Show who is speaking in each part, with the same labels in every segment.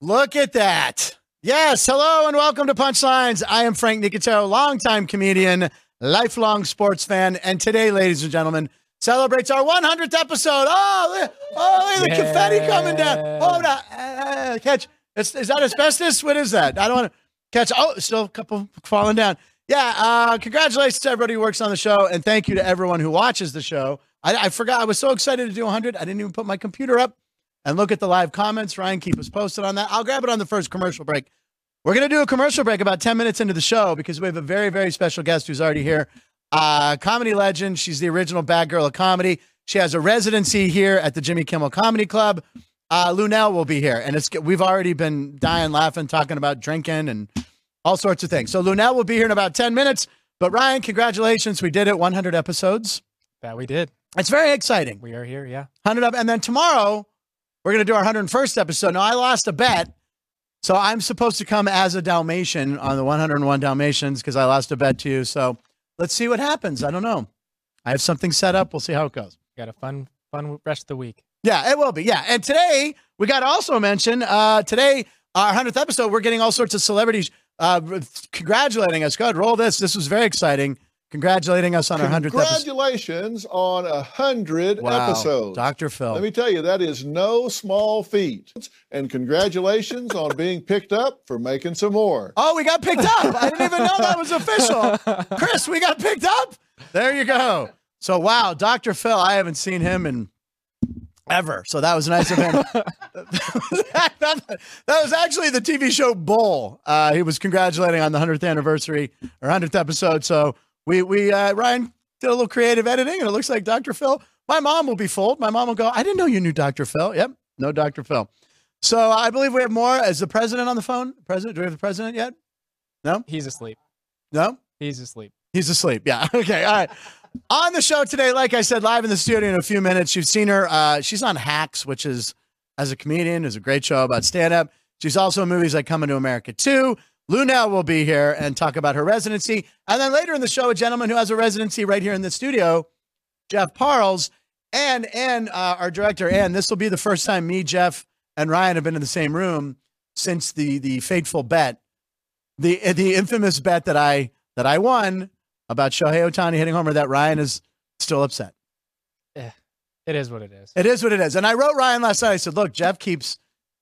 Speaker 1: Look at that. Yes. Hello and welcome to Punchlines. I am Frank Nicotero, longtime comedian, lifelong sports fan. And today, ladies and gentlemen, celebrates our 100th episode. Oh, look- oh look at the confetti coming down. Oh, no, uh, catch. It's, is that asbestos? What is that? I don't want to catch. Oh, still a couple falling down. Yeah. Uh, congratulations to everybody who works on the show. And thank you to everyone who watches the show. I, I forgot. I was so excited to do 100. I didn't even put my computer up and look at the live comments. Ryan, keep us posted on that. I'll grab it on the first commercial break. We're going to do a commercial break about 10 minutes into the show because we have a very, very special guest who's already here. Uh, comedy legend. She's the original bad girl of comedy. She has a residency here at the Jimmy Kimmel Comedy Club. Uh, Lunel will be here, and it's we've already been dying laughing, talking about drinking and all sorts of things. So Lunel will be here in about 10 minutes. But Ryan, congratulations. We did it 100 episodes.
Speaker 2: That we did.
Speaker 1: It's very exciting.
Speaker 2: We are here. Yeah.
Speaker 1: 100 up. And then tomorrow, we're going to do our 101st episode. Now, I lost a bet. So I'm supposed to come as a Dalmatian on the 101 Dalmatians because I lost a bet to you. So let's see what happens. I don't know. I have something set up. We'll see how it goes.
Speaker 2: Got a fun, fun rest of the week.
Speaker 1: Yeah, it will be. Yeah. And today, we got to also mention uh, today, our 100th episode, we're getting all sorts of celebrities uh, congratulating us. God, roll this. This was very exciting. Congratulating us on our 100th episode.
Speaker 3: Congratulations on a hundred episodes.
Speaker 1: Dr. Phil.
Speaker 3: Let me tell you, that is no small feat. And congratulations on being picked up for making some more.
Speaker 1: Oh, we got picked up. I didn't even know that was official. Chris, we got picked up. There you go. So, wow, Dr. Phil, I haven't seen him in ever. So that was nice of him. that, that- that was actually the TV show Bull. Uh, he was congratulating on the 100th anniversary or 100th episode. So we, we uh, Ryan did a little creative editing and it looks like Dr. Phil. My mom will be fooled. My mom will go, I didn't know you knew Dr. Phil. Yep. No Dr. Phil. So I believe we have more. Is the president on the phone? President? Do we have the president yet?
Speaker 2: He's asleep.
Speaker 1: No?
Speaker 2: He's asleep.
Speaker 1: He's asleep. Yeah. Okay. All right. on the show today, like I said, live in the studio in a few minutes. You've seen her. Uh, she's on Hacks, which is as a comedian is a great show about stand up. She's also in movies like Coming to America too. Lunel will be here and talk about her residency. And then later in the show, a gentleman who has a residency right here in the studio, Jeff Parles, and and uh, our director. And this will be the first time me, Jeff, and Ryan have been in the same room since the the fateful bet, the the infamous bet that I that I won about Shohei Otani hitting homer that Ryan is still upset.
Speaker 2: It is what it is.
Speaker 1: It is what it is. And I wrote Ryan last night. I said, look, Jeff keeps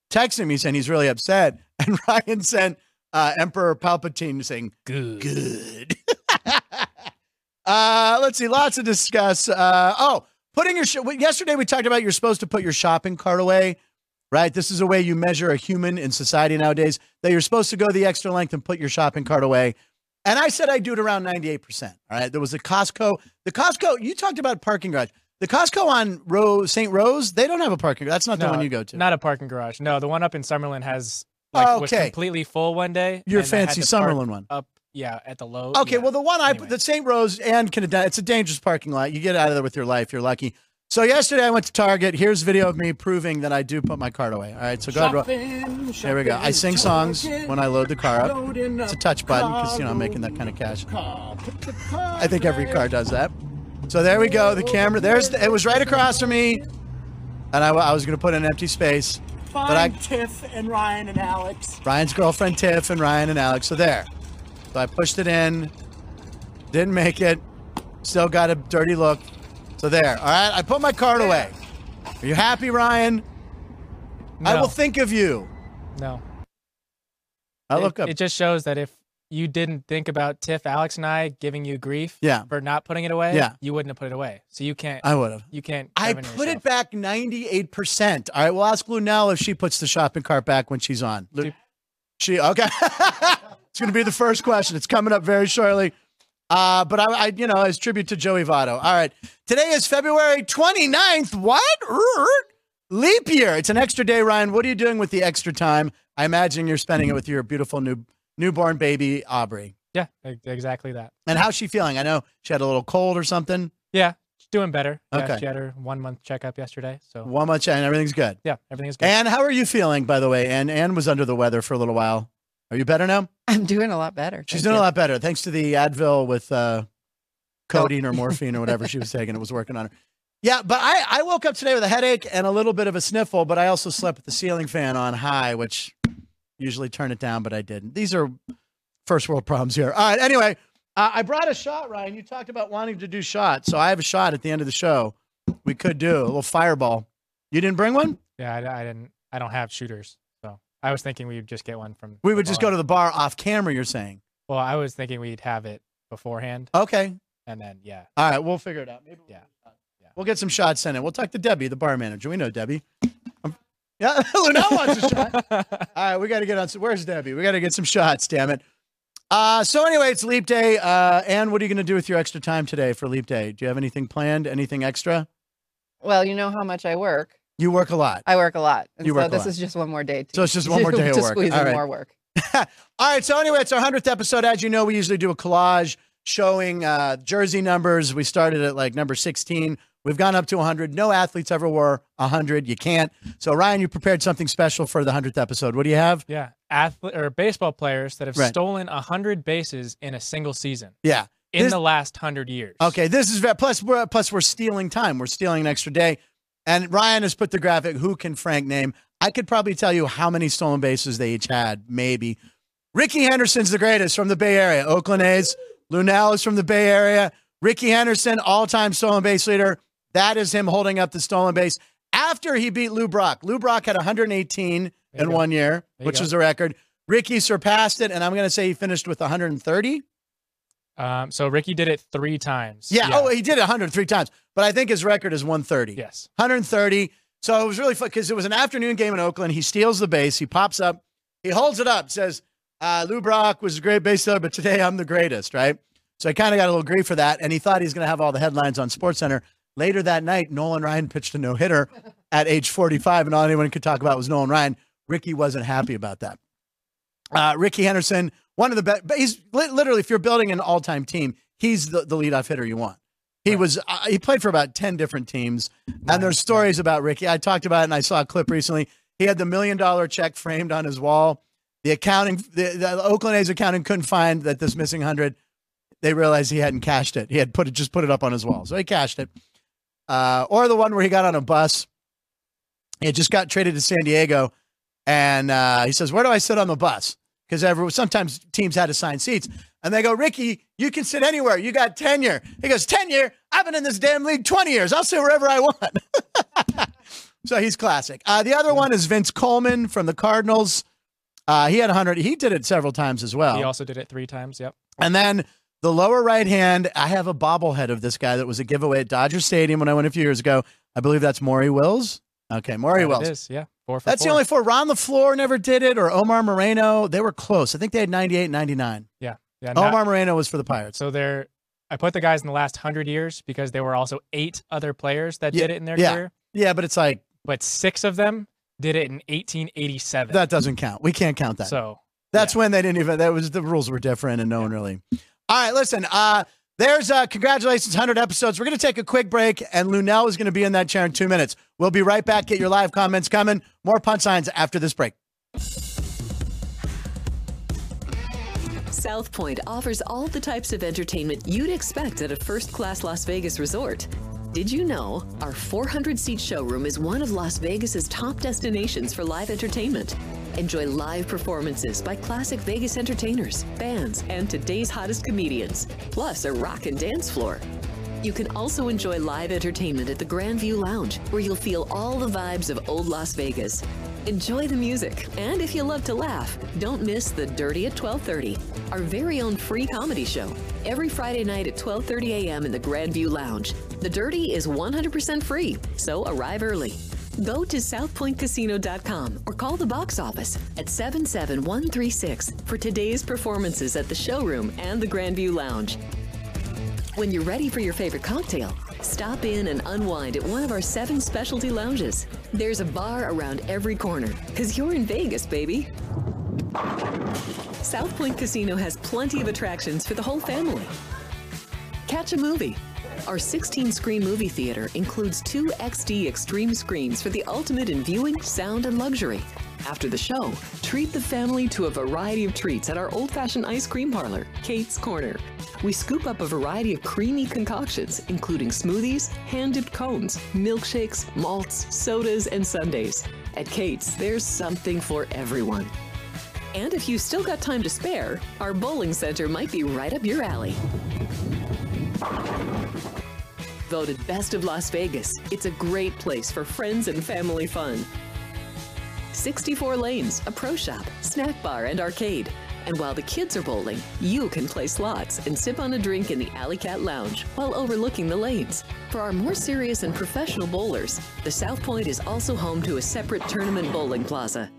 Speaker 1: texting me saying he's really upset. And Ryan sent uh, Emperor Palpatine saying,
Speaker 2: Good.
Speaker 1: good. uh, let's see. Lots to discuss. Uh, oh, putting your, sh- well, yesterday we talked about you're supposed to put your shopping cart away, right? This is a way you measure a human in society nowadays that you're supposed to go the extra length and put your shopping cart away. And I said I do it around 98%. All right. There was a Costco. The Costco, you talked about parking garage. The Costco on Rose, St. Rose, they don't have a parking garage. That's not the one you go to.
Speaker 2: Not a parking garage. No, the one up in Summerlin has like was
Speaker 1: Ah, Okay.
Speaker 2: completely full one day.
Speaker 1: Your
Speaker 2: and they had
Speaker 1: fancy
Speaker 2: to park
Speaker 1: Summerlin one.
Speaker 2: Up, yeah, at the low.
Speaker 1: Okay,
Speaker 2: yeah.
Speaker 1: well, the one I
Speaker 2: Anyway.
Speaker 1: the St. Rose and Canada, it's a dangerous parking lot. You get out of there with your life. You're lucky. So yesterday I went to Target. Here's video of me proving that I do put my card away. All right, so go ahead. Ro- There we go. I sing songs when I load the car up. It's a touch button because you know I'm making that kind of cash. I think every car does that. So there we go. The camera. There's the, it was right across from me, and I, wa- I was going to put in an empty space, but I
Speaker 4: Tiff and Ryan and Alex.
Speaker 1: Ryan's girlfriend Tiff and Ryan and Alex are there. So I pushed it in, didn't make it, still got a dirty look. So there, all right. I put my card away. Are you happy, Ryan? I
Speaker 2: No,
Speaker 1: will think of you.
Speaker 2: No.
Speaker 1: I
Speaker 2: It-
Speaker 1: look up.
Speaker 2: It just shows that if you didn't think about Tiff, Alex, and I giving you grief
Speaker 1: Yeah.
Speaker 2: for not putting it away,
Speaker 1: Yeah.
Speaker 2: you wouldn't have put it away. So you can't.
Speaker 1: I would have.
Speaker 2: you can't.
Speaker 1: I
Speaker 2: govern
Speaker 1: put it
Speaker 2: yourself.
Speaker 1: back 98%. All right, we'll ask Lunel if she puts the shopping cart back when she's on. Lu-
Speaker 2: Dude.
Speaker 1: She, okay. it's going to be the first question. It's coming up very shortly. Uh, but I, I, you know, as tribute to Joey Votto. All right. Today is February 29th. What? Err. Leap year. It's an extra day, Ryan. What are you doing with the extra time? I imagine you're spending it with your beautiful new newborn baby, Aubrey.
Speaker 2: Yeah, e- exactly that.
Speaker 1: And how's she feeling? I know she had a little cold or something.
Speaker 2: Yeah, she's doing better. Yeah,
Speaker 1: Okay.
Speaker 2: she had her one month checkup yesterday. So
Speaker 1: One much and everything's good.
Speaker 2: yeah, everything is good.
Speaker 1: Anne, how are you feeling, by the way? Anne, Anne was under the weather for a little while. Are you better now?
Speaker 5: I'm doing a lot better.
Speaker 1: She's
Speaker 5: thank
Speaker 1: doing
Speaker 5: you. Oh.
Speaker 1: a lot better. Thanks to the Advil with uh, codeine or morphine or whatever she was taking. It was working on her. Yeah, but I, I woke up today with a headache and a little bit of a sniffle, but I also slept with the ceiling fan on high, which usually turn it down, but I didn't. These are first world problems here. All right. Anyway, uh, I brought a shot, Ryan. You talked about wanting to do shots, so I have a shot at the end of the show. We could do a little fireball. You didn't bring one?
Speaker 2: Yeah, I, I didn't. I don't have shooters, so I was thinking we would just get one from.
Speaker 1: We
Speaker 2: the
Speaker 1: would just
Speaker 2: bar.
Speaker 1: go to the bar off camera. You're saying?
Speaker 2: Well, I was thinking we'd have it beforehand,
Speaker 1: Okay.
Speaker 2: and then yeah,
Speaker 1: All right. We'll figure it out. Maybe we'll
Speaker 2: Yeah. Yeah.
Speaker 1: We'll get some shots in it. We'll talk to Debbie, the bar manager. We know Debbie. Um, yeah, Lunel wants a shot. All right, we got to get on. Some, where's Debbie? We got to get some shots. Damn it. Uh, so anyway, it's leap day. Uh, Ann, what are you going to do with your extra time today for leap day? Do you have anything planned? Anything extra?
Speaker 5: Well, you know how much I work.
Speaker 1: You work a lot,
Speaker 5: I work a lot. And
Speaker 1: You
Speaker 5: so
Speaker 1: work a
Speaker 5: this
Speaker 1: lot.
Speaker 5: is just one more day to,
Speaker 1: so it's just one more day
Speaker 5: to
Speaker 1: of work. All
Speaker 5: squeeze in
Speaker 1: right.
Speaker 5: more work.
Speaker 1: All right. So anyway, it's our hundredth episode. As you know, we usually do a collage showing uh, jersey numbers. We started at like number sixteen. We've gone up to 100. No athletes ever wore 100. You can't. So, Ryan, you prepared something special for the 100th episode. What do you have?
Speaker 2: yeah. Athlete or baseball players that have
Speaker 1: Right.
Speaker 2: stolen hundred bases in a single season
Speaker 1: Yeah.
Speaker 2: in
Speaker 1: This-
Speaker 2: the last hundred years.
Speaker 1: Okay, this is ve- plus we're plus we're stealing time. We're stealing an extra day. And Ryan has put the graphic. Who can Frank name? I could probably tell you how many stolen bases they each had. Maybe Ricky Henderson's the greatest from the Bay Area. Oakland A's. Lunel is from the Bay Area. Ricky Henderson, all-time stolen base leader. That is him holding up the stolen base after he beat Lou Brock. Lou Brock had 118
Speaker 2: There you
Speaker 1: in
Speaker 2: go.
Speaker 1: one year,
Speaker 2: you
Speaker 1: which
Speaker 2: go.
Speaker 1: was the record. Ricky surpassed it, and I'm going to say he finished with 130.
Speaker 2: Um. So Ricky did it three times.
Speaker 1: Yeah. Oh, he did 103 times, but I think his record is 130.
Speaker 2: yes.
Speaker 1: 130. So it was really fun because it was an afternoon game in Oakland. He steals the base. He pops up. He holds it up. Says, uh, "Lou Brock was a great base stealer, but today I'm the greatest." Right. So I kind of got a little grief for that, and he thought he's going to have all the headlines on SportsCenter later that night. Nolan Ryan pitched a no hitter at age 45, and all anyone could talk about was Nolan Ryan. Ricky wasn't happy about that. Uh, Ricky Henderson, one of the best. But he's li- literally, if you're building an all-time team, he's the, the leadoff hitter you want. He
Speaker 2: Right.
Speaker 1: was. Uh, he played for about ten different teams, and there's stories about Ricky. I talked about it, and I saw a clip recently. He had the million dollar check framed on his wall. The accounting, the, the Oakland A's accountant couldn't find that this missing hundred. They realized he hadn't cashed it. He had put it just put it up on his wall, so he cashed it. Uh, or the one where he got on a bus. He had just got traded to San Diego, and uh, he says, "Where do I sit on the bus?" Because every sometimes teams had assigned seats, and they go, "Ricky, you can sit anywhere. You got tenure." He goes, "Tenure? I've been in this damn league twenty years. I'll sit wherever I want." so he's classic. Uh, the other one is Vince Coleman from the Cardinals. Uh, he had 100. He did it several times as well.
Speaker 2: He also did it three times. Yep.
Speaker 1: And then the lower right hand, I have a bobblehead of this guy that was a giveaway at Dodger Stadium when I went a few years ago. I believe that's Maury Wills. Okay, Maury
Speaker 2: That
Speaker 1: Wills.
Speaker 2: It is. Yeah. Four for
Speaker 1: That's the
Speaker 2: four.
Speaker 1: only four. Ron LaFleur never did it, or Omar Moreno. They were close. I think they had 98, 99.
Speaker 2: Yeah, not-
Speaker 1: Omar Moreno was for the Pirates.
Speaker 2: So there, I put the guys in the last hundred years because there were also eight other players that
Speaker 1: Yeah,
Speaker 2: did it in their
Speaker 1: yeah.
Speaker 2: career,
Speaker 1: Yeah, but it's like,
Speaker 2: but six of them did it in 1887.
Speaker 1: that doesn't count. We can't count that.
Speaker 2: so
Speaker 1: That's when they didn't even. That was the rules were different, and no one really. All right, listen. Uh, there's uh, congratulations, hundred episodes. We're gonna take a quick break, and Lunel is gonna be in that chair in two minutes. We'll be right back. Get your live comments coming. More punchlines after this break.
Speaker 6: South Point offers all the types of entertainment you'd expect at a first class Las Vegas resort. Did you know our 400 seat showroom is one of Las Vegas's top destinations for live entertainment? Enjoy live performances by classic Vegas entertainers, bands, and today's hottest comedians, plus a rock and dance floor. You can also enjoy live entertainment at the Grand View Lounge, where you'll feel all the vibes of old Las Vegas. Enjoy the music, and if you love to laugh, don't miss The Dirty at 12:30, our very own free comedy show, every Friday night at 12:30 a.m. in the Grand View Lounge. The Dirty is 100% free, so arrive early. Go to southpointcasino.com or call the box office at 77136 for today's performances at the showroom and the Grand View Lounge. When you're ready for your favorite cocktail, stop in and unwind at one of our seven specialty lounges. There's a bar around every corner, because you're in Vegas, baby. South Point Casino has plenty of attractions for the whole family. Catch a movie. Our 16 screen movie theater includes two XD extreme screens for the ultimate in viewing, sound, and luxury. After the show, treat the family to a variety of treats at our old fashioned ice cream parlor, Kate's Corner. We scoop up a variety of creamy concoctions, including smoothies, hand dipped cones, milkshakes, malts, sodas, and sundaes. At Kate's, there's something for everyone. And if you still got time to spare, our bowling center might be right up your alley. Voted Best of Las Vegas, it's a great place for friends and family fun. 64 lanes, a pro shop, snack bar, and arcade. And while the kids are bowling, you can play slots and sip on a drink in the Alley Cat Lounge while overlooking the lanes. For our more serious and professional bowlers, the South Point is also home to a separate tournament bowling plaza.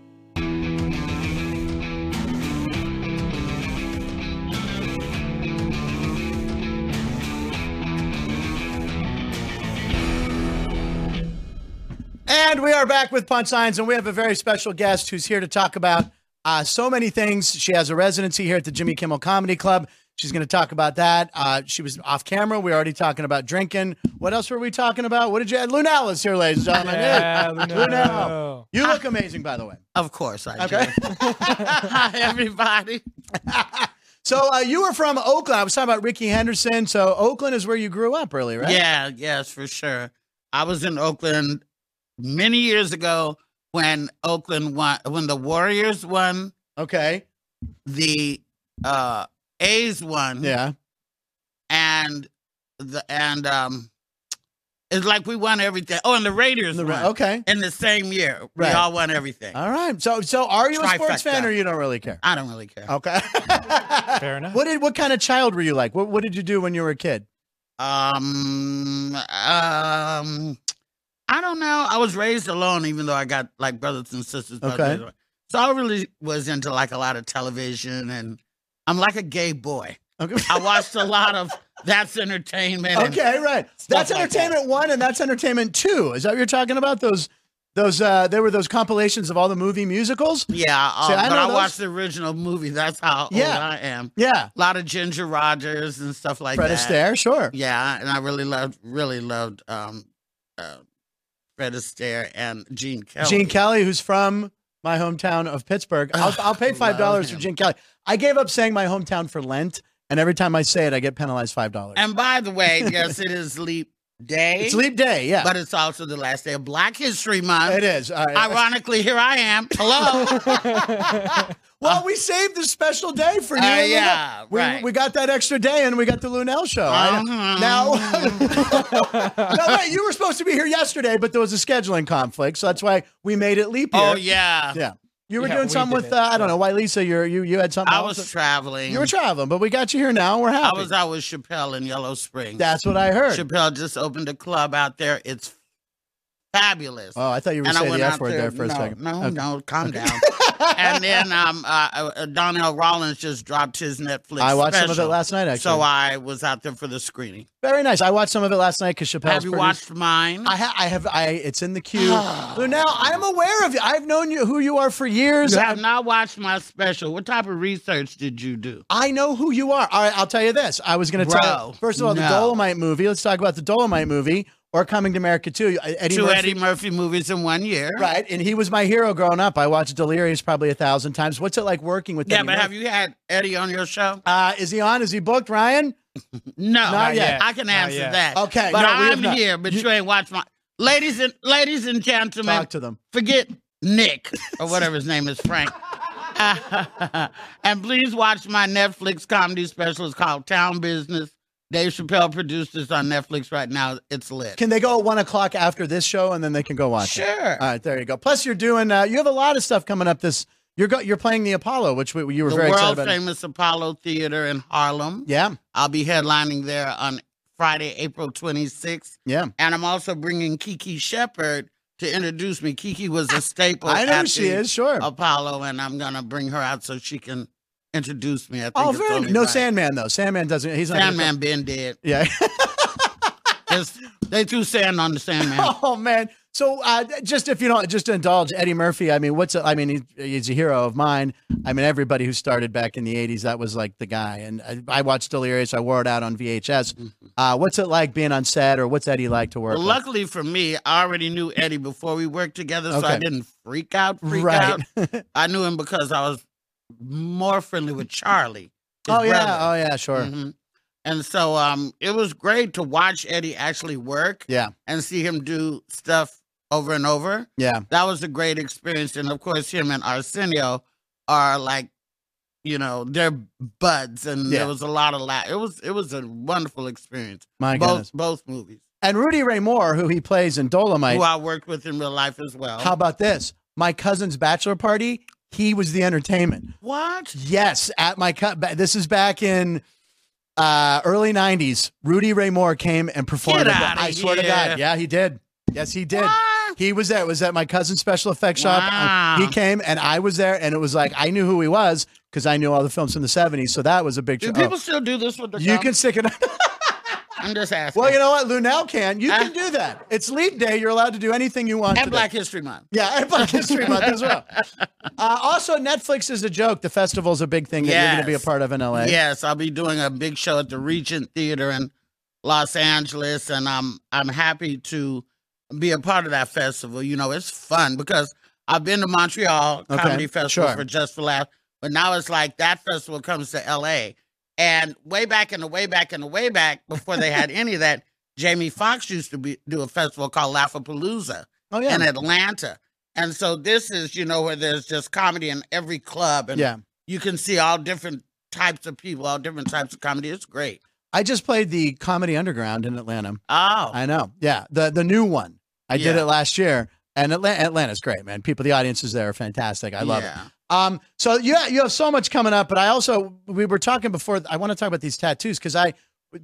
Speaker 1: And we are back with Punchlines, and we have a very special guest who's here to talk about uh, so many things. She has a residency here at the Jimmy Kimmel Comedy Club. She's going to talk about that. Uh, she was off camera. We were already talking about drinking. What else were we talking about? What did you? Lunella's here, ladies and gentlemen.
Speaker 2: Yeah,
Speaker 1: Lunella.
Speaker 2: Lunello.
Speaker 1: You
Speaker 7: Ah.
Speaker 1: look amazing, by the way.
Speaker 7: Of course I
Speaker 1: Okay.
Speaker 7: do. Hi, everybody.
Speaker 1: So uh, you were from Oakland. I was talking about Ricky Henderson. So Oakland is where you grew up, really, right?
Speaker 7: Yeah, yes, for sure. I was in Oakland many years ago when Oakland won, when the Warriors won,
Speaker 1: Okay.
Speaker 7: the uh, A's won,
Speaker 1: Yeah.
Speaker 7: and the and um, it's like we won everything. Oh, and the Raiders
Speaker 1: The-
Speaker 7: won
Speaker 1: okay.
Speaker 7: in the same year. We
Speaker 1: Right.
Speaker 7: all won everything.
Speaker 1: All right. So so are you a sports
Speaker 7: Trifecta.
Speaker 1: fan or you don't really care?
Speaker 7: I don't really care.
Speaker 1: Okay.
Speaker 2: Fair enough.
Speaker 1: What did what kind of child were you like? What what did you do when you were a kid?
Speaker 7: Um, um, I don't know. I was raised alone, even though I got like brothers and sisters. but-
Speaker 1: Okay.
Speaker 7: So I really was into like a lot of television, and I'm like a gay boy.
Speaker 1: Okay.
Speaker 7: I watched a lot of That's Entertainment. and-
Speaker 1: okay, right. That's
Speaker 7: Stuff like that.
Speaker 1: entertainment one and that's entertainment two. Is that what you're talking about? Those those uh they were those compilations of all the movie musicals?
Speaker 7: yeah, uh,
Speaker 1: See, I
Speaker 7: but
Speaker 1: know
Speaker 7: I
Speaker 1: those-
Speaker 7: watched the original movie. That's how
Speaker 1: Yeah.
Speaker 7: old I am.
Speaker 1: Yeah.
Speaker 7: A lot of Ginger Rogers and stuff like
Speaker 1: Fred
Speaker 7: that.
Speaker 1: Astaire, sure.
Speaker 7: Yeah, and I really loved, really loved um, uh, Fred Astaire and Gene Kelly.
Speaker 1: Gene Kelly, who's from my hometown of Pittsburgh. I'll,
Speaker 7: Ugh,
Speaker 1: I'll pay
Speaker 7: love
Speaker 1: five dollars for
Speaker 7: him.
Speaker 1: Gene Kelly. I gave up saying my hometown for Lent, and every time I say it, I get penalized five dollars.
Speaker 7: And by the way, yes, it is Leap Day.
Speaker 1: It's Leap Day, yeah.
Speaker 7: but it's also the last day of Black History Month.
Speaker 1: it is. All right.
Speaker 7: Ironically, here I am. Hello.
Speaker 1: Well, we saved this special day for you.
Speaker 7: Uh,
Speaker 1: and Lunel.
Speaker 7: yeah,
Speaker 1: we,
Speaker 7: right.
Speaker 1: we got that extra day, and we got the Lunel show. I-
Speaker 7: Mhm. um.
Speaker 1: Now, no, wait, you were supposed to be here yesterday, but there was a scheduling conflict, so that's why we made it leap year.
Speaker 7: oh yeah.
Speaker 1: yeah. You were
Speaker 2: Yeah,
Speaker 1: doing
Speaker 2: we
Speaker 1: something
Speaker 2: did
Speaker 1: with
Speaker 2: it,
Speaker 1: uh, I don't know why Lisa. You're, you you had something.
Speaker 7: I
Speaker 1: else?
Speaker 7: was traveling.
Speaker 1: you were traveling, but we got you here now. We're
Speaker 7: I
Speaker 1: happy.
Speaker 7: was out with Chappelle in Yellow Springs.
Speaker 1: that's what I heard.
Speaker 7: Chappelle just opened a club out there. It's fabulous.
Speaker 1: Oh, I thought you were
Speaker 7: and I
Speaker 1: saying
Speaker 7: went
Speaker 1: the
Speaker 7: out
Speaker 1: F word
Speaker 7: there,
Speaker 1: there for a
Speaker 7: no,
Speaker 1: second.
Speaker 7: No,
Speaker 1: Okay.
Speaker 7: no, calm down. and then um, uh, uh, Donnell Rollins just dropped his Netflix.
Speaker 1: I watched some of it
Speaker 7: special.
Speaker 1: last night, actually.
Speaker 7: So I was out there for the screening.
Speaker 1: Very nice. I watched some of it last night because Chappelle's
Speaker 7: Have you
Speaker 1: produced-
Speaker 7: watched mine?
Speaker 1: I, ha- I have. I. It's in the queue. now I'm aware of you. I've known you who you are for years.
Speaker 7: You have not watched my special. What type of research did you do?
Speaker 1: I know who you are. All right, I'll tell you this. I was going to
Speaker 7: Bro,
Speaker 1: tell. First of all, the
Speaker 7: no.
Speaker 1: Dolomite movie. Let's talk about the Dolomite movie or Coming to America too. Uh, Eddie
Speaker 7: Two
Speaker 1: Murphy.
Speaker 7: Eddie Murphy movies in one year.
Speaker 1: Right, and he was my hero growing up. I watched Delirious probably a thousand times. What's it like working with?
Speaker 7: Yeah,
Speaker 1: Eddie
Speaker 7: but have
Speaker 1: Murphy?
Speaker 7: you had Eddie on your show?
Speaker 1: Uh, is he on? Is he booked? Ryan?
Speaker 7: No,
Speaker 1: Not yet.
Speaker 7: I can
Speaker 2: Not
Speaker 7: answer
Speaker 2: yet.
Speaker 7: that.
Speaker 1: Okay,
Speaker 7: but
Speaker 1: no, we have
Speaker 7: I'm
Speaker 1: not.
Speaker 7: here. But you, ain't watched my ladies and ladies and gentlemen.
Speaker 1: Talk to them.
Speaker 7: Forget Nick or whatever his name is, Frank. and please watch my Netflix comedy special. It's called Town Business. Dave Chappelle produced this on Netflix right now. It's lit.
Speaker 1: Can they go at one o'clock after this show, and then they can go watch? it?
Speaker 7: Sure.
Speaker 1: All right, there you go. Plus, you're doing. Uh, you have a lot of stuff coming up. This you're go, you're playing the Apollo, which we, you were
Speaker 7: the
Speaker 1: very excited
Speaker 7: world
Speaker 1: about.
Speaker 7: famous Apollo Theater in Harlem.
Speaker 1: Yeah,
Speaker 7: I'll be headlining there on Friday, April 26th.
Speaker 1: yeah.
Speaker 7: And I'm also bringing Kiki Shepard to introduce me. Kiki was a staple.
Speaker 1: I know
Speaker 7: at
Speaker 1: who she
Speaker 7: the
Speaker 1: is. Sure.
Speaker 7: Apollo, and I'm going to bring her out so she can introduce me. I think
Speaker 1: Oh,
Speaker 7: it's
Speaker 1: very
Speaker 7: only
Speaker 1: no
Speaker 7: right.
Speaker 1: Sandman though. Sandman doesn't. He's not gonna
Speaker 7: Sandman been dead.
Speaker 1: come- Yeah.
Speaker 7: It's- they threw sand on the Sandman.
Speaker 1: oh man. So uh, just if you don't just to indulge Eddie Murphy. I mean, what's a, I mean he's, he's a hero of mine. I mean everybody who started back in the '80s that was like the guy. And I, I watched Delirious. I wore it out on VHS. Uh, what's it like being on set, or what's Eddie like to work?
Speaker 7: Mm-hmm. Well,
Speaker 1: with?
Speaker 7: luckily for me, I already knew Eddie before we worked together, so
Speaker 1: Okay.
Speaker 7: I didn't freak out. Freak out.
Speaker 1: right.
Speaker 7: I knew him because I was more friendly with Charlie. his
Speaker 1: oh yeah.
Speaker 7: brother.
Speaker 1: Oh yeah. Sure.
Speaker 7: Mhm. And so um, it was great to watch Eddie actually work
Speaker 1: Yeah.
Speaker 7: and see him do stuff over and over.
Speaker 1: Yeah.
Speaker 7: That was a great experience. And of course, him and Arsenio are like, you know, they're buds, and
Speaker 1: Yeah.
Speaker 7: there was a lot of laugh. It was it was a wonderful experience.
Speaker 1: My
Speaker 7: both
Speaker 1: goodness.
Speaker 7: both movies.
Speaker 1: And Rudy Ray Moore, who he plays in Dolomite.
Speaker 7: Who I worked with in real life as well.
Speaker 1: How about this? My cousin's bachelor party. He was the entertainment.
Speaker 7: what?
Speaker 1: Yes, at my co- ba- this is back in uh early '90s. Rudy Ray Moore came and performed.
Speaker 7: Get
Speaker 1: at the-
Speaker 7: outta
Speaker 1: I swear to
Speaker 7: here.
Speaker 1: God, yeah, he did. Yes, he did.
Speaker 7: What?
Speaker 1: He was there. It was at my cousin's special effects shop.
Speaker 7: Wow.
Speaker 1: He came and I was there, and it was like I knew who he was because I knew all the films from the '70s. So that was a big.
Speaker 7: Do
Speaker 1: tr- oh.
Speaker 7: people still do this with the?
Speaker 1: you
Speaker 7: cops?
Speaker 1: can stick it.
Speaker 7: I'm just asking.
Speaker 1: well, you know what? Lunel can. You
Speaker 7: Uh.
Speaker 1: can do that. It's lead day. You're allowed to do anything you want.
Speaker 7: and
Speaker 1: today.
Speaker 7: Black History Month.
Speaker 1: Yeah, and Black History Month as well. Uh, also, Netflix is a joke. The festival's a big thing that you're going to be a
Speaker 7: Yes.
Speaker 1: part of in LA.
Speaker 7: Yes, I'll be doing a big show at the Regent Theater in Los Angeles, and I'm I'm happy to be a part of that festival. You know, it's fun because I've been to Montreal
Speaker 1: Okay,
Speaker 7: Comedy Festival
Speaker 1: sure.
Speaker 7: for Just for Laughs, but now it's like that festival comes to L.A. And way back in the way back in the way back before they had any of that, Jamie Foxx used to be, do a festival called Laughapalooza
Speaker 1: Oh yeah.
Speaker 7: in Atlanta. And so this is, you know, where there's just comedy in every club and
Speaker 1: yeah.
Speaker 7: you can see all different types of people, all different types of comedy. It's great.
Speaker 1: I just played the Comedy Underground in Atlanta.
Speaker 7: Oh,
Speaker 1: I know. Yeah. The the new one. I did
Speaker 7: Yeah.
Speaker 1: it last year. And Atlanta, Atlanta's great, man. People, the audiences there are fantastic. I love it. Um, so yeah, you have so much coming up, but I also we were talking before. I want to talk about these tattoos because I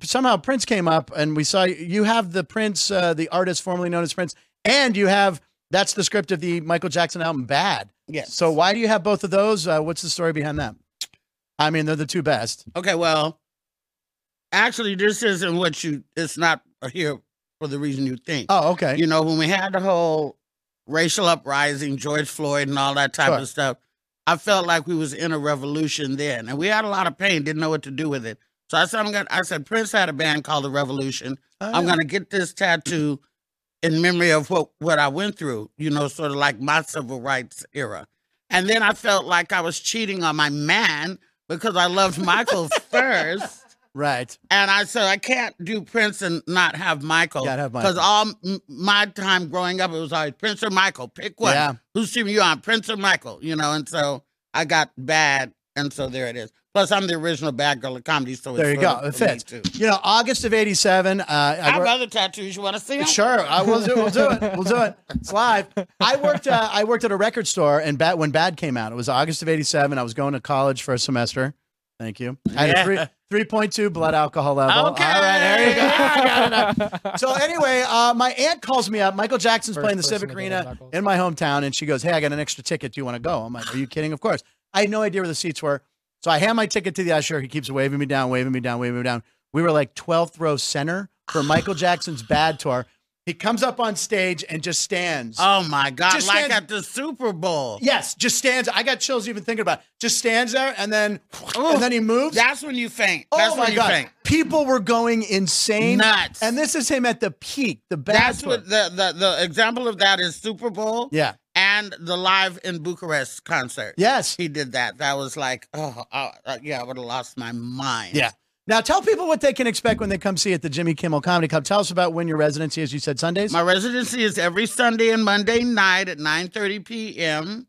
Speaker 1: somehow Prince came up and we saw you have the Prince, uh, the artist formerly known as Prince, and you have that's the script of the Michael Jackson album Bad.
Speaker 7: Yes.
Speaker 1: So why do you have both of those? Uh, what's the story behind that? I mean, they're the two best.
Speaker 7: Okay, well, actually, this isn't what you. It's not here for the reason you think.
Speaker 1: Oh, okay.
Speaker 7: You know, when we had the whole racial uprising, George Floyd, and all that type
Speaker 1: Sure.
Speaker 7: of stuff, I felt like we was in a revolution then, and we had a lot of pain. Didn't know what to do with it. So I said, I'm gonna. I said Prince had a band called the Revolution.
Speaker 1: Oh,
Speaker 7: I'm
Speaker 1: yeah.
Speaker 7: gonna get this tattoo in memory of what what I went through, you know, sort of like my civil rights era. And then I felt like I was cheating on my man because I loved Michael first.
Speaker 1: right.
Speaker 7: And I said I can't do Prince and not have Michael
Speaker 1: Gotta have
Speaker 7: because
Speaker 1: Michael.
Speaker 7: all m- my time growing up it was always Prince or Michael, pick one.
Speaker 1: Yeah.
Speaker 7: Who's team you on, Prince or Michael? You know, and so I got bad, and so there it is. Plus, I'm the original bad girl of comedy, so
Speaker 1: There
Speaker 7: it's
Speaker 1: you
Speaker 7: sort
Speaker 1: go.
Speaker 7: of
Speaker 1: It
Speaker 7: for me,
Speaker 1: fits.
Speaker 7: too.
Speaker 1: You know, August of '87. Uh,
Speaker 7: I
Speaker 1: I
Speaker 7: have
Speaker 1: wrote-
Speaker 7: other tattoos. You want to see them?
Speaker 1: Sure, I will do. We'll do it. We'll do it. It's live. I worked. Uh, I worked at a record store, and Bad when Bad came out, it was August of '87. I was going to college for a semester. Thank you. I had a three
Speaker 7: Yeah.
Speaker 1: three point two blood alcohol level.
Speaker 7: Okay.
Speaker 1: All right, there you go. I got it now.
Speaker 2: That's
Speaker 1: So anyway, uh, my aunt calls me up. Michael Jackson's
Speaker 2: First
Speaker 1: playing the
Speaker 2: person
Speaker 1: Civic
Speaker 2: to get his
Speaker 1: Arena
Speaker 2: knuckles.
Speaker 1: in my hometown, and she goes, "Hey, I got an extra ticket. Do you want to go?" I'm like, "Are you kidding? Of course." I had no idea where the seats were, so I hand my ticket to the usher. He keeps waving me down, waving me down, waving me down. We were like 12th row center for Michael Jackson's Bad tour. He comes up on stage and just stands.
Speaker 7: Oh my God!
Speaker 1: Just
Speaker 7: like
Speaker 1: stand-
Speaker 7: at the Super Bowl.
Speaker 1: yes, just stands. I got chills even thinking about. It. Just stands there, and then
Speaker 7: Ooh.
Speaker 1: and then he moves.
Speaker 7: That's when you faint. That's
Speaker 1: Oh
Speaker 7: when
Speaker 1: my
Speaker 7: you
Speaker 1: god!
Speaker 7: faint.
Speaker 1: People were going insane,
Speaker 7: Nuts.
Speaker 1: and this is him at the peak, the bad
Speaker 7: That's
Speaker 1: tour.
Speaker 7: what the, the the example of that is Super Bowl.
Speaker 1: yeah.
Speaker 7: And the live in Bucharest concert.
Speaker 1: Yes.
Speaker 7: He did that. That was like, oh, I- uh, yeah, I would have lost my mind.
Speaker 1: Yeah. Now tell people what they can expect when they come see at the Jimmy Kimmel Comedy Club. Tell us about when your residency is. You said Sundays.
Speaker 7: My residency is every Sunday and Monday night at 9:30 p.m.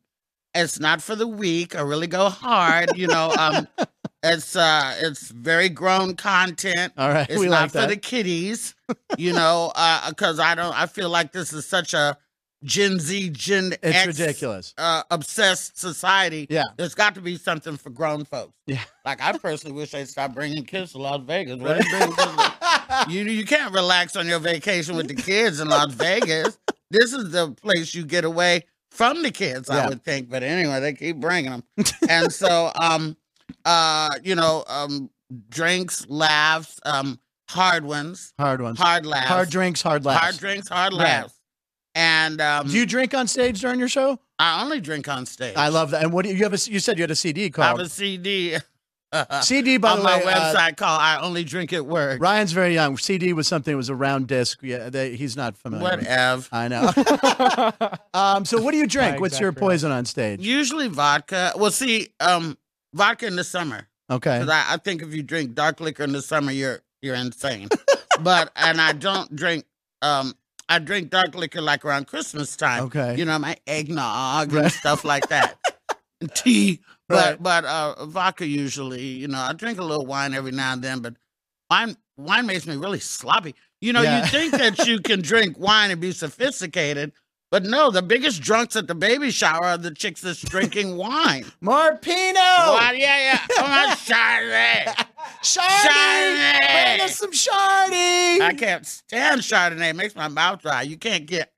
Speaker 7: It's not for the weak. I really go hard, you know. Um, it's uh, it's very grown content.
Speaker 1: All right,
Speaker 7: it's
Speaker 1: we
Speaker 7: not
Speaker 1: like
Speaker 7: for
Speaker 1: that.
Speaker 7: the kiddies, you know, because I don't. I feel like this is such a Gen Z, Gen
Speaker 1: it's
Speaker 7: X,
Speaker 1: ridiculous.
Speaker 7: uh, obsessed society.
Speaker 1: Yeah.
Speaker 7: there's got to be something for grown folks.
Speaker 1: Yeah.
Speaker 7: like I personally wish they'd stop bringing kids to Las Vegas. What are you bringing kids to- you you can't relax on your vacation with the kids in Las Vegas. This is the place you get away from the kids,
Speaker 1: Yeah.
Speaker 7: I would think. But anyway, they keep bringing them, and so um, uh, you know, um, drinks, laughs, um, hard ones,
Speaker 1: Hard ones.
Speaker 7: hard laughs,
Speaker 1: Hard drinks. Hard laughs.
Speaker 7: hard drinks, hard
Speaker 1: Right.
Speaker 7: laughs. And um,
Speaker 1: Do you drink on stage during your show?
Speaker 7: I only drink on stage.
Speaker 1: I love that. And what do you, you have? A, you said you had a CD
Speaker 7: I have
Speaker 1: called
Speaker 7: a CD
Speaker 1: CD by
Speaker 7: on
Speaker 1: the
Speaker 7: my
Speaker 1: way, uh,
Speaker 7: website called "I Only Drink at Work."
Speaker 1: Ryan's very young. CD was something. It was a round disc. Yeah, they, he's not familiar. with it.
Speaker 7: Whatever.
Speaker 1: I know. um, so what do you drink? What's your
Speaker 2: exact route.
Speaker 1: poison on stage?
Speaker 7: Usually vodka. Well, see, um, vodka in the summer.
Speaker 1: Okay.
Speaker 7: Because I, I think if you drink dark liquor in the summer, you're you're insane. but and I don't drink. Um, I drink dark liquor like around Christmas time.
Speaker 1: Okay.
Speaker 7: You know my eggnog
Speaker 1: Right.
Speaker 7: and stuff like that. Tea,
Speaker 1: Right.
Speaker 7: But but uh, vodka usually, you know, I drink a little wine every now and then, but wine wine makes me really sloppy. You know,
Speaker 1: Yeah.
Speaker 7: you think that you can drink wine and be sophisticated, but no, the biggest drunks at the baby shower are the chicks that's drinking wine.
Speaker 1: More
Speaker 7: Why,
Speaker 1: Pinot.
Speaker 7: yeah, yeah. Oh my Chardonnay.
Speaker 1: Shardy.
Speaker 7: Chardonnay.
Speaker 1: Bring us some Shardy.
Speaker 7: I can't stand Chardonnay. It makes my mouth dry. You can't get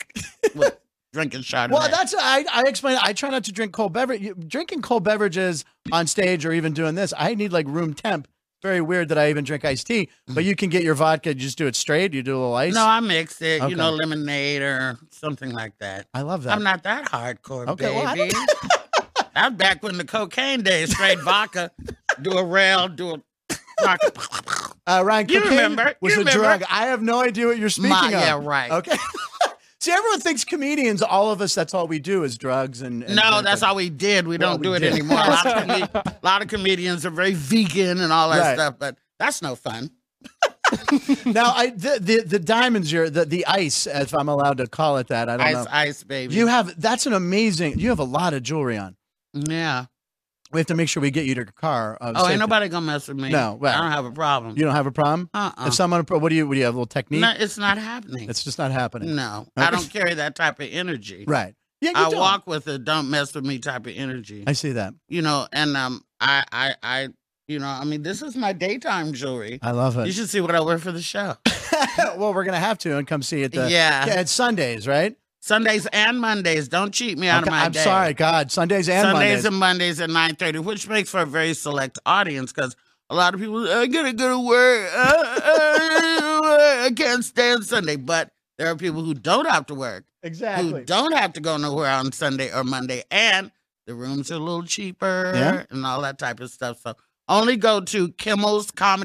Speaker 7: with drinking Chardonnay.
Speaker 1: Well, that's I. I explain. I try not to drink cold beverage. Drinking cold beverages on stage or even doing this, I need like room temp. Very weird that I even drink iced tea. But you can get your vodka. You just do it straight. You do a little ice.
Speaker 7: no, I mixed it,
Speaker 1: Okay.
Speaker 7: you know, lemonade or something like that.
Speaker 1: I love that.
Speaker 7: I'm not that hardcore,
Speaker 1: Okay, well, I
Speaker 7: baby. I'm back when the cocaine days, straight vodka, do a rail, do a vodka.
Speaker 1: uh, Ryan,
Speaker 7: You
Speaker 1: cocaine
Speaker 7: remember.
Speaker 1: was
Speaker 7: You
Speaker 1: a
Speaker 7: remember.
Speaker 1: drug. I have no idea what you're speaking
Speaker 7: My-
Speaker 1: of.
Speaker 7: yeah, right.
Speaker 1: Okay. See, everyone thinks comedians, all of us, that's all we do is drugs and. and
Speaker 7: No,
Speaker 1: drink.
Speaker 7: that's all we did. We
Speaker 1: Well,
Speaker 7: don't
Speaker 1: we
Speaker 7: do it
Speaker 1: did.
Speaker 7: anymore. A lot, of comed- lot of comedians are very vegan and all that
Speaker 1: Right.
Speaker 7: stuff, but that's no fun.
Speaker 1: Now, I the the, the diamonds, your the the ice, if I'm allowed to call it that. I don't
Speaker 7: Ice,
Speaker 1: know.
Speaker 7: ice, baby.
Speaker 1: You have that's an amazing. You have a lot of jewelry on.
Speaker 7: yeah.
Speaker 1: We have to make sure we get you to your car. Uh,
Speaker 7: Oh, ain't
Speaker 1: safely.
Speaker 7: nobody gonna mess with me.
Speaker 1: No, well,
Speaker 7: I don't have a problem.
Speaker 1: You don't have a problem.
Speaker 7: Uh-uh.
Speaker 1: If someone, what do you? What do you have? A little technique?
Speaker 7: No, it's not happening.
Speaker 1: it's just not happening.
Speaker 7: no,
Speaker 1: Okay.
Speaker 7: I don't carry that type of energy.
Speaker 1: Right. Yeah, you
Speaker 7: I
Speaker 1: don't.
Speaker 7: walk with a don't mess with me type of energy.
Speaker 1: I see that.
Speaker 7: you know, and um, I, I, I, you know, I mean, this is my daytime jewelry.
Speaker 1: I love
Speaker 7: You
Speaker 1: it.
Speaker 7: should see what I wear for the show.
Speaker 1: well, we're gonna have to and come see it. uh,
Speaker 7: yeah.
Speaker 1: yeah, it's Sundays, right?
Speaker 7: Sundays and Mondays. Don't cheat me out
Speaker 1: Okay,
Speaker 7: of my
Speaker 1: I'm
Speaker 7: day.
Speaker 1: sorry, God. Sundays and Mondays.
Speaker 7: Sundays and Mondays at nine thirty, which makes for a very select audience because a lot of people I gotta go to work. Uh, uh, I can't stand Sunday, but there are people who don't have to work, who
Speaker 1: exactly.
Speaker 7: don't have to go nowhere on Sunday or Monday, and the rooms are a little cheaper
Speaker 1: Yeah.
Speaker 7: and all that type of stuff. So only go to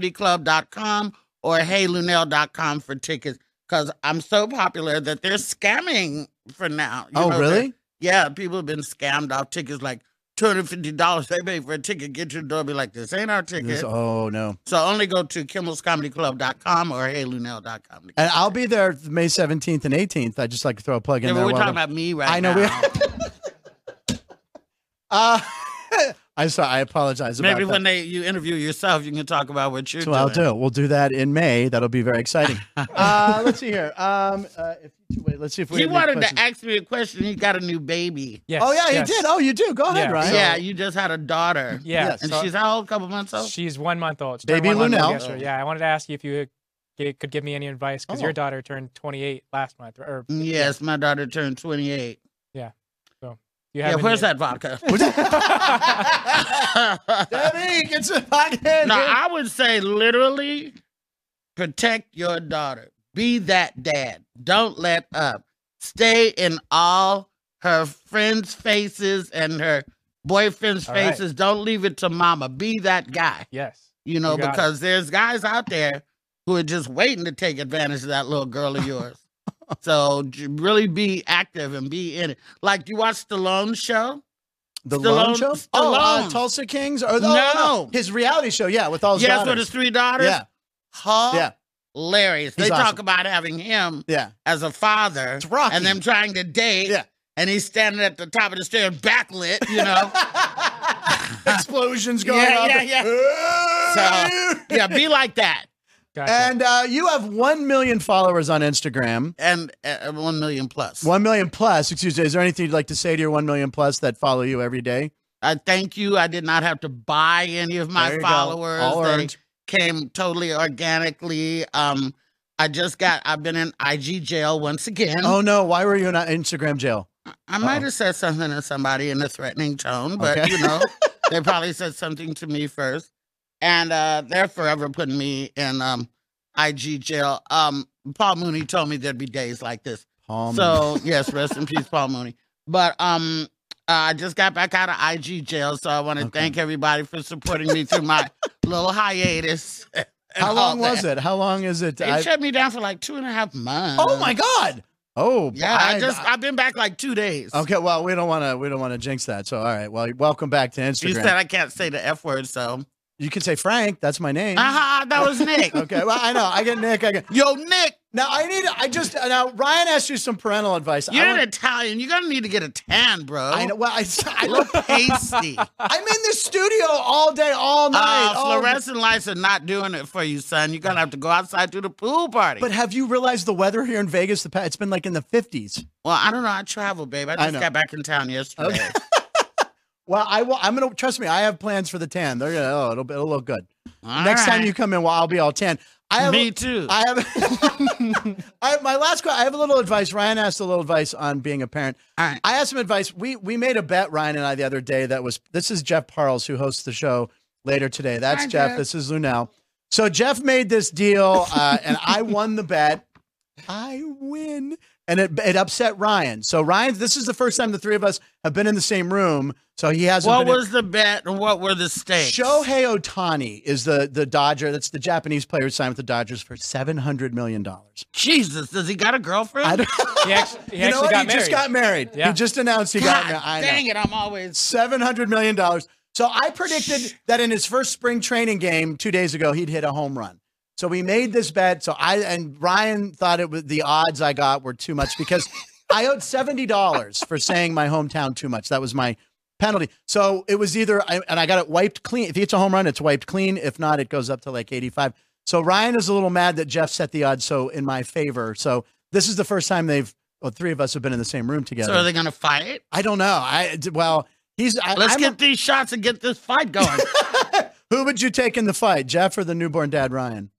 Speaker 7: kimmelscomedyclub.com or heylunel.com for tickets because I'm so popular that they're scamming for now. You
Speaker 1: Oh,
Speaker 7: know, they're-
Speaker 1: really?
Speaker 7: yeah, people have been scammed off tickets like two hundred fifty dollars. They pay for a ticket, get to the door, be like, "This ain't our ticket."
Speaker 1: This- oh no.
Speaker 7: so only go to kimmelscomedyclub.com or heylunel.com. to get
Speaker 1: And I'll
Speaker 7: there.
Speaker 1: be there May 17th and 18th. I just like to throw a plug in
Speaker 7: Yeah,
Speaker 1: there.
Speaker 7: but we're
Speaker 1: while
Speaker 7: talking
Speaker 1: the-
Speaker 7: about me right
Speaker 1: I know we-
Speaker 7: now.
Speaker 1: Uh, I sorry. I apologize.
Speaker 7: Maybe
Speaker 1: about
Speaker 7: when
Speaker 1: that.
Speaker 7: they you interview yourself, you can talk about what you're
Speaker 1: So
Speaker 7: doing.
Speaker 1: I'll do. We'll do that in May. That'll be very exciting. uh, let's see here. Um, uh, if you, wait, let's see if we.
Speaker 7: He
Speaker 1: have any
Speaker 7: wanted
Speaker 1: questions.
Speaker 7: to ask me a question. He got a new baby.
Speaker 2: Yes.
Speaker 1: Oh yeah,
Speaker 2: yes.
Speaker 1: he did. Oh, you do. Go ahead,
Speaker 2: Yeah.
Speaker 1: Ryan.
Speaker 7: yeah, you just had a daughter.
Speaker 2: Yeah.
Speaker 1: Yes.
Speaker 7: And
Speaker 2: so-
Speaker 7: she's how old? A couple months old?
Speaker 2: She's one month old. She turned
Speaker 1: Baby
Speaker 2: one month old
Speaker 1: Lunel.
Speaker 2: yesterday. Yeah, I wanted to ask you if you g- could give me any advice because
Speaker 1: Oh. Mm.
Speaker 2: your daughter turned 28 last month. Or do
Speaker 7: Mm, yes, my daughter turned 28.
Speaker 2: you have
Speaker 7: Yeah,
Speaker 2: any-
Speaker 7: where's that vodka?
Speaker 1: Debbie, get some vodka.
Speaker 7: No, I would say literally protect your daughter. Be that dad. Don't let up. Stay in all her friends' faces and her boyfriend's
Speaker 2: All right.
Speaker 7: faces. Don't leave it to mama. Be that guy.
Speaker 2: Yes.
Speaker 7: You know,
Speaker 2: You got it.
Speaker 7: because there's guys out there who are just waiting to take advantage of that little girl of yours. so j- really be active and be in it. Like you watch Stallone's show?
Speaker 1: the Lone
Speaker 7: Stallone-
Speaker 1: Show. Oh, uh,
Speaker 7: Stallone.
Speaker 1: Tulsa Kings or the, oh,
Speaker 7: No.
Speaker 1: his reality show. Yeah, with all his
Speaker 7: Yes, with
Speaker 1: daughters.
Speaker 7: his three daughters.
Speaker 1: Yeah, yeah,
Speaker 7: Hilarious.
Speaker 1: He's
Speaker 7: they talk
Speaker 1: awesome.
Speaker 7: about having him
Speaker 1: yeah.
Speaker 7: as a father
Speaker 1: It's Rocky.
Speaker 7: and them trying to date.
Speaker 1: Yeah.
Speaker 7: And he's standing at the top of the stairs, backlit, you know.
Speaker 1: Explosions going
Speaker 7: Yeah,
Speaker 1: up.
Speaker 7: yeah,
Speaker 1: yeah.
Speaker 7: So, yeah, be like that.
Speaker 2: Gotcha.
Speaker 1: And uh, you have one million followers on Instagram.
Speaker 7: And uh, one million plus.
Speaker 1: One million plus. Excuse me. Is there anything you'd like to say to your one million plus that follow you every day?
Speaker 7: I thank you. I did not have to buy any of my
Speaker 1: There you go.
Speaker 7: followers.
Speaker 1: All
Speaker 7: They
Speaker 1: earned.
Speaker 7: came totally organically. Um, I just got. I've been in IG jail once again.
Speaker 1: Oh no! Why were you in uh, Instagram jail?
Speaker 7: I might have said something to somebody in a threatening tone, but
Speaker 1: Okay.
Speaker 7: you know, they probably said something to me first, and uh, they're forever putting me in um, IG jail. Um, Paul Mooney told me there'd be days like this.
Speaker 1: Palm.
Speaker 7: So yes, rest in peace, Paul Mooney. But um, I just got back out of IG jail, so I want to
Speaker 1: Okay.
Speaker 7: thank everybody for supporting me through my little hiatus. and
Speaker 1: How
Speaker 7: all
Speaker 1: long was
Speaker 7: that.
Speaker 1: it? How long is it?
Speaker 7: They
Speaker 1: I-
Speaker 7: shut me down for like two and a half months.
Speaker 1: oh my God! Oh
Speaker 7: Yeah, I,
Speaker 1: I-
Speaker 7: just I've been back like two days.
Speaker 1: okay. Well, we don't want to we don't want to jinx that. So all right. Well, welcome back to Instagram.
Speaker 7: You said I can't say the F word, so.
Speaker 1: you can say Frank. That's my name.
Speaker 7: Ah. Aha, Uh-huh, that was Nick.
Speaker 1: Okay. Well, I know. I get Nick. I get.
Speaker 7: Yo, Nick,
Speaker 1: Now I need. I just now Ryan asked you some parental advice.
Speaker 7: You're
Speaker 1: I
Speaker 7: an
Speaker 1: want-
Speaker 7: Italian. You're gonna need to get a tan, bro.
Speaker 1: I know. Well, I, I
Speaker 7: You're
Speaker 1: look,
Speaker 7: pasty.
Speaker 1: I'm in the studio all day, all night. Oh,
Speaker 7: Uh,
Speaker 1: all-
Speaker 7: fluorescent lights are not doing it for you, son. You're gonna have to go outside to the pool party.
Speaker 1: But have you realized the weather here in Vegas? The pa- it's been like in the 50s.
Speaker 7: well, I don't know. I travel, babe. I
Speaker 1: I
Speaker 7: just
Speaker 1: know.
Speaker 7: got back in town yesterday.
Speaker 1: Well, I will. I'm gonna trust me. I have plans for the tan. They're gonna. Oh, it'll, be- it'll look good.
Speaker 7: All
Speaker 1: Next time
Speaker 7: right.
Speaker 1: you come in, well, I'll be all tan. I have.
Speaker 7: me too.
Speaker 1: I have. I have my last question. I have a little advice. Ryan asked a little advice on being a parent.
Speaker 7: All right.
Speaker 1: I asked some advice. We we made a bet, Ryan and I, the other day. That was this is Jeff Parles who hosts the show later today. That's
Speaker 7: Hi,
Speaker 1: Jeff.
Speaker 7: Jeff.
Speaker 1: This is Lunel. So Jeff made this deal, uh, and I won the bet. I win, and it it upset Ryan. So Ryan, this is the first time the three of us have been in the same room. So he hasn't.
Speaker 7: what
Speaker 1: been
Speaker 7: was the bet and what were the stakes?
Speaker 1: Shohei Otani is the the Dodger. That's the Japanese player who signed with the Dodgers for seven hundred million dollars.
Speaker 7: Jesus, does he got a girlfriend?
Speaker 1: I don't,
Speaker 2: He actually, he
Speaker 1: you know
Speaker 2: actually
Speaker 1: what?
Speaker 2: got
Speaker 1: he
Speaker 2: married.
Speaker 1: just got married.
Speaker 2: Yeah.
Speaker 1: He just announced he got married.
Speaker 7: God,
Speaker 1: I know.
Speaker 7: dang it, I'm always
Speaker 1: Seven hundred million dollars. So I predicted that in his first spring training game two days ago, he'd hit a home run. So we made this bet. So I and Ryan thought it was the odds I got were too much because I owed seventy dollars for saying my hometown too much. That was my penalty. So it was either I, and I got it wiped clean. If he hits a home run, it's wiped clean. If not, it goes up to like eighty-five. So Ryan is a little mad that Jeff set the odds so in my favor. So this is the first time they've well, three of us have been in the same room together.
Speaker 7: So are they gonna fight?
Speaker 1: I don't know. I well, he's. I,
Speaker 7: Let's
Speaker 1: I'm
Speaker 7: get these shots and get this fight going.
Speaker 1: who would you take in the fight, Jeff or the newborn dad Ryan?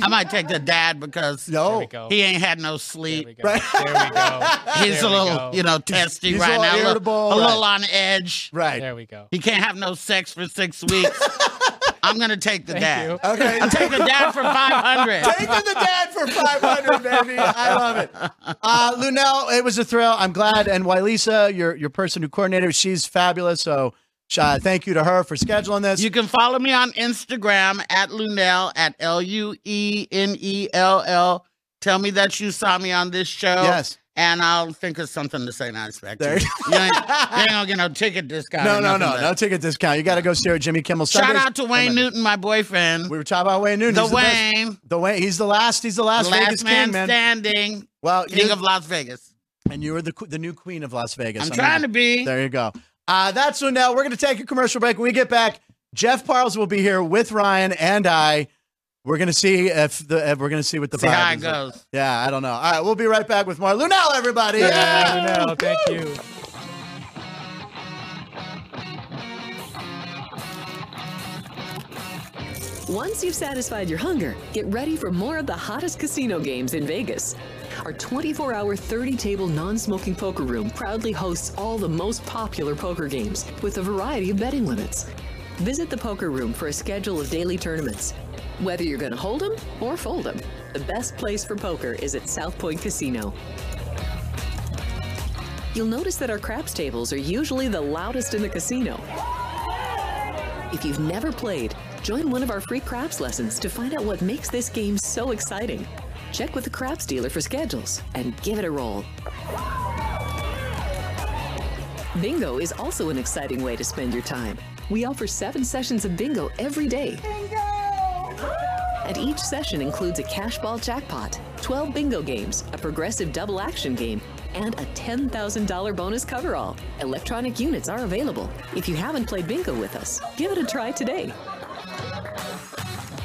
Speaker 7: I might take the dad because
Speaker 2: There we go.
Speaker 7: he ain't had no
Speaker 2: there
Speaker 7: sleep.
Speaker 2: we go. There we go.
Speaker 7: He's
Speaker 2: There
Speaker 7: a
Speaker 2: we
Speaker 7: little,
Speaker 2: go.
Speaker 7: you know, testy
Speaker 1: he's
Speaker 7: right
Speaker 1: all
Speaker 7: now. a little-
Speaker 1: irritable,
Speaker 7: a
Speaker 1: right.
Speaker 7: little on edge.
Speaker 1: Right.
Speaker 2: There we go.
Speaker 7: He can't have no sex for six weeks. I'm gonna take the
Speaker 2: Thank
Speaker 7: dad.
Speaker 2: you.
Speaker 1: Okay.
Speaker 7: I'll take the dad for five hundred.
Speaker 1: Take him the dad for 500, baby. I love it. Uh, Lunel, it was a thrill. I'm glad. And Wylisa, your your person who coordinated, she's fabulous. So uh, thank you to her for scheduling this.
Speaker 7: You can follow me on Instagram at Lunell at L U E N E L L. Tell me that you saw me on this show.
Speaker 1: Yes.
Speaker 7: And I'll think of something to say nice back to
Speaker 1: There-
Speaker 7: you. You ain't, you ain't gonna get no ticket discount.
Speaker 1: no,
Speaker 7: or
Speaker 1: no,
Speaker 7: nothing,
Speaker 1: no.
Speaker 7: but-
Speaker 1: No ticket discount. You got to go see her at Jimmy Kimmel.
Speaker 7: Shout
Speaker 1: Sundays.
Speaker 7: out to Wayne Newton, my boyfriend.
Speaker 1: We were talking about Wayne Newton.
Speaker 7: the
Speaker 1: He's the best.
Speaker 7: Wayne,
Speaker 1: The Wayne. He's the last. He's the last, Vegas
Speaker 7: last man,
Speaker 1: king, man.
Speaker 7: standing,
Speaker 1: Well,
Speaker 7: king
Speaker 1: you-
Speaker 7: of Las Vegas.
Speaker 1: and you were the qu- the new queen of Las Vegas.
Speaker 7: I'm
Speaker 1: mean,
Speaker 7: trying to be.
Speaker 1: There you go. Uh, that's so now we're going to take a commercial break. When we get back, Jeff Parles will be here with Ryan and I. We're going to see if the if we're going to see what the
Speaker 7: See
Speaker 1: vibe
Speaker 7: how it
Speaker 1: is like.
Speaker 7: goes.
Speaker 1: Yeah, I don't know. All right, we'll be right back with more Lunel, everybody.
Speaker 2: Yeah, Lunel, thank you.
Speaker 6: Once you've satisfied your hunger, get ready for more of the hottest casino games in Vegas. Our 24 hour, 30 table non smoking poker room proudly hosts all the most popular poker games with a variety of betting limits. Visit the poker room for a schedule of daily tournaments. Whether you're going to hold 'em or fold 'em, the best place for poker is at South Point Casino. You'll notice that our craps tables are usually the loudest in the casino. If you've never played, join one of our free craps lessons to find out what makes this game so exciting. Check with the craps dealer for schedules and give it a roll. Bingo is also an exciting way to spend your time. We offer seven sessions of bingo every day. Bingo! And each session includes a cash ball jackpot, 12 bingo games, a progressive double action game, and a $10,000 bonus coverall. Electronic units are available. If you haven't played bingo with us, give it a try today.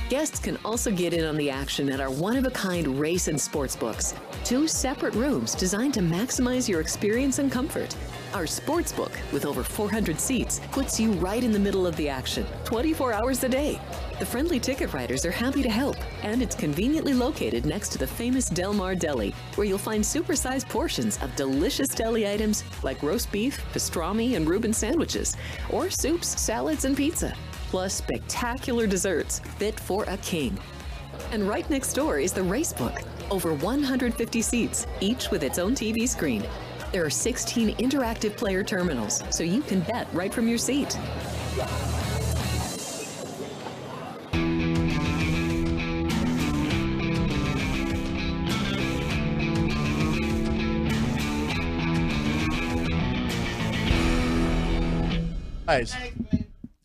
Speaker 6: Guests can also get in on the action at our one of a kind race and sports books. Two separate rooms designed to maximize your experience and comfort. Our sports book, with over 400 seats, puts you right in the middle of the action, 24 hours a day. The friendly ticket writers are happy to help, and it's conveniently located next to the famous Del Mar Deli, where you'll find supersized portions of delicious deli items like roast beef, pastrami, and Reuben sandwiches, or soups, salads, and pizza plus spectacular desserts fit for a king. And right next door is the Racebook, over 150 seats, each with its own TV screen. There are 16 interactive player terminals, so you can bet right from your seat.
Speaker 1: Guys,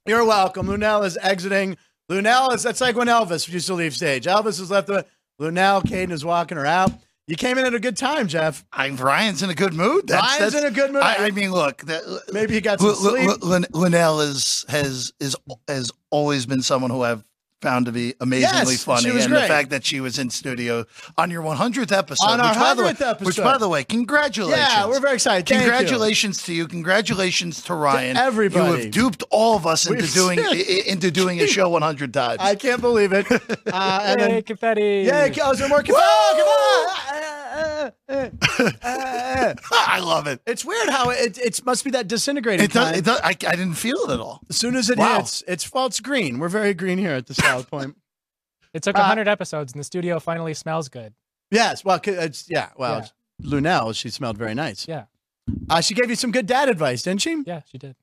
Speaker 1: you're welcome. Lunel is exiting. Lunel is that's like when Elvis used to leave stage. Elvis was left. The, Lunel, Caden is walking her out. You came in at a good time, Jeff.
Speaker 8: I, Ryan's in a good mood. That's,
Speaker 1: Ryan's
Speaker 8: that's,
Speaker 1: in a good mood.
Speaker 8: I, I mean, look, that,
Speaker 1: Maybe you got some
Speaker 8: L-
Speaker 1: sleep.
Speaker 8: L- Lin- Linnell is has is has always been someone who I've found to be amazingly
Speaker 1: Yes,
Speaker 8: funny,
Speaker 1: she was
Speaker 8: and the
Speaker 1: great.
Speaker 8: fact that she was in studio on your 100th episode,
Speaker 1: On our
Speaker 8: which, by the way,
Speaker 1: 100th
Speaker 8: which by
Speaker 1: episode.
Speaker 8: the way, congratulations!
Speaker 1: yeah, we're very excited. Thank you.
Speaker 8: Congratulations to you! Congratulations to Ryan! you
Speaker 1: everybody.
Speaker 8: have duped all of us into
Speaker 1: We've
Speaker 8: doing i-
Speaker 1: said-
Speaker 8: i- into doing a show 100 times.
Speaker 1: I can't believe it. Uh, and
Speaker 2: Yay,
Speaker 1: then,
Speaker 2: confetti.
Speaker 1: yeah, I was more. Come on, come on.
Speaker 8: I love it.
Speaker 1: It's weird how it, it must be that disintegrating.
Speaker 8: It does.
Speaker 1: kind.
Speaker 8: It does I, I didn't feel it at all.
Speaker 1: As soon as it
Speaker 8: Wow.
Speaker 1: hits, it's well, it's green. We're very green here at the South Point.
Speaker 2: It took
Speaker 1: Uh,
Speaker 2: 100 episodes, and the studio finally smells good.
Speaker 1: yes, well, 'cause it's, yeah, well,
Speaker 2: Yeah.
Speaker 1: it's Lunel, she smelled very nice.
Speaker 2: Yeah.
Speaker 1: Uh, she gave you some good dad advice, didn't she?
Speaker 2: Yeah, she did.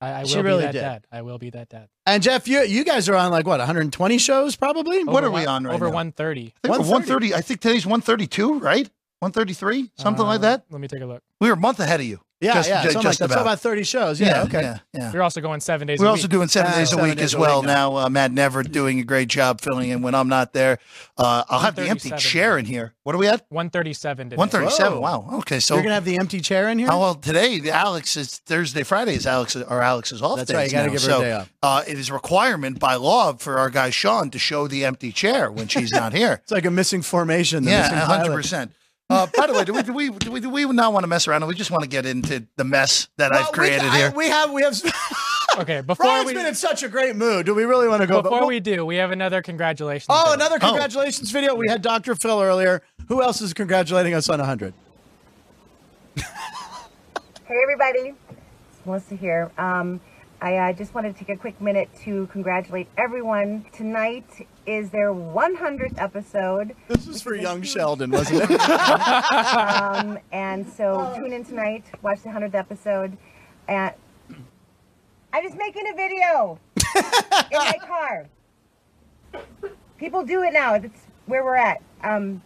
Speaker 2: I, I
Speaker 1: She
Speaker 2: will
Speaker 1: really
Speaker 2: be that
Speaker 1: did.
Speaker 2: dad. I will be that dad.
Speaker 1: And Jeff, you you guys are on like what 120 shows probably.
Speaker 8: What
Speaker 2: Over
Speaker 8: are we
Speaker 2: one-
Speaker 8: on right
Speaker 2: Over
Speaker 8: now?
Speaker 2: 130.
Speaker 8: I think
Speaker 1: 130.
Speaker 8: 130. I think today's 132, right? 133, something like
Speaker 2: Uh,
Speaker 8: that.
Speaker 2: Let me take a look.
Speaker 8: We were a month ahead of you.
Speaker 1: Yeah,
Speaker 8: Just-
Speaker 1: yeah,
Speaker 8: ju-
Speaker 1: something
Speaker 8: just
Speaker 1: like that. So
Speaker 8: about.
Speaker 1: about 30 shows. Yeah, okay.
Speaker 8: Yeah, yeah.
Speaker 2: You're also going seven days
Speaker 8: We're
Speaker 2: a
Speaker 8: also
Speaker 2: week.
Speaker 8: doing seven
Speaker 1: Ah,
Speaker 8: days a
Speaker 1: seven
Speaker 8: week
Speaker 1: days
Speaker 8: as
Speaker 1: a
Speaker 8: well
Speaker 1: week
Speaker 8: now. Uh, Matt Neverett doing a great job filling in when I'm not there. Uh, I'll have the empty
Speaker 2: 137.
Speaker 8: chair in here. What are we at?
Speaker 2: 137 today.
Speaker 8: 137.
Speaker 1: Whoa.
Speaker 8: Wow. Okay. So
Speaker 1: You're gonna have the empty chair in here.
Speaker 8: oh, well, today the Alex is Thursday, Friday is Alex or Alex's off
Speaker 1: That's
Speaker 8: days
Speaker 1: right, you gotta
Speaker 8: now.
Speaker 1: give her a
Speaker 8: so,
Speaker 1: day off.
Speaker 8: Uh, it is a requirement by law for our guy Sean to show the empty chair when she's not here.
Speaker 1: It's like a missing formation. the missing
Speaker 8: yeah,
Speaker 1: pilot.
Speaker 8: hundred percent. Uh, by the way, do we do we do we, do we not want to mess around? We just want to get into the mess that
Speaker 1: Well,
Speaker 8: I've
Speaker 1: we-
Speaker 8: created
Speaker 1: I-
Speaker 8: here.
Speaker 1: we have we have.
Speaker 2: Okay, before
Speaker 1: Brian's
Speaker 2: we
Speaker 1: been in such a great mood. Do we really want to go? But
Speaker 2: before
Speaker 1: we'll-
Speaker 2: we do, we have another congratulations.
Speaker 1: Oh,
Speaker 2: video.
Speaker 1: another congratulations video. We had Dr. Phil earlier. Who else is congratulating us on 100?
Speaker 9: Hey everybody, it's Melissa here. Um, I uh, just wanted to take a quick minute to congratulate everyone. Tonight is their 100th episode,
Speaker 1: This was for young Sheldon, wasn't it?
Speaker 9: um, and so tune in tonight, watch the 100th episode. And I'm just making a video in my car. People do it now. That's where we're at. Um,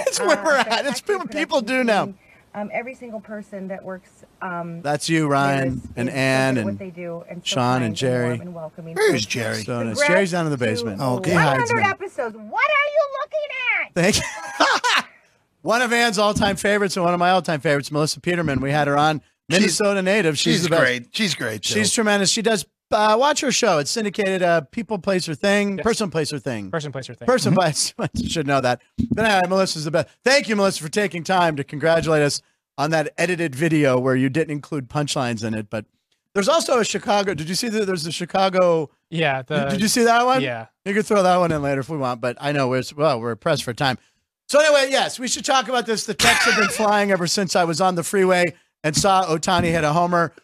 Speaker 9: uh,
Speaker 1: That's where we're
Speaker 9: so
Speaker 1: at. That's
Speaker 9: Factory
Speaker 1: what people do
Speaker 9: Productions
Speaker 1: now.
Speaker 9: team, Um, every single person that works um,
Speaker 1: That's you, Ryan,
Speaker 9: is-
Speaker 1: and
Speaker 9: is
Speaker 1: Ann,
Speaker 9: good at what
Speaker 1: and
Speaker 9: they do and so
Speaker 1: Sean,
Speaker 9: kind
Speaker 1: and Jerry.
Speaker 9: warm and welcoming.
Speaker 8: Where's
Speaker 9: So
Speaker 8: Jerry?
Speaker 1: Stone. It's
Speaker 9: congrats
Speaker 1: Jerry's down in the
Speaker 9: to
Speaker 1: basement.
Speaker 8: Oh, okay. He
Speaker 1: hides
Speaker 9: 100
Speaker 1: me.
Speaker 9: episodes. What are you looking at?
Speaker 1: Thank you. one of Ann's all time favorites and one of my all time favorites, Melissa Peterman. We had her on. Minnesota native. She's,
Speaker 8: She's,
Speaker 1: the best.
Speaker 8: great. She's great. too.
Speaker 1: She's tremendous. She does. Uh, watch her show. It's syndicated. Uh, people place her thing.
Speaker 2: Yes.
Speaker 1: Person place her thing.
Speaker 2: person, place, or thing.
Speaker 1: Person place should know that. But anyway, Melissa's the best. Thank you, Melissa, for taking time to congratulate us on that edited video where you didn't include punchlines in it. But there's also a Chicago. Did you see that? There's a Chicago.
Speaker 2: yeah. The,
Speaker 1: did you see that one?
Speaker 2: Uh, Yeah.
Speaker 1: You can throw that one in later if we want. But I know we're well, we're pressed for time. So anyway, yes, we should talk about this. The texts have been flying ever since I was on the freeway and saw Otani hit a homer.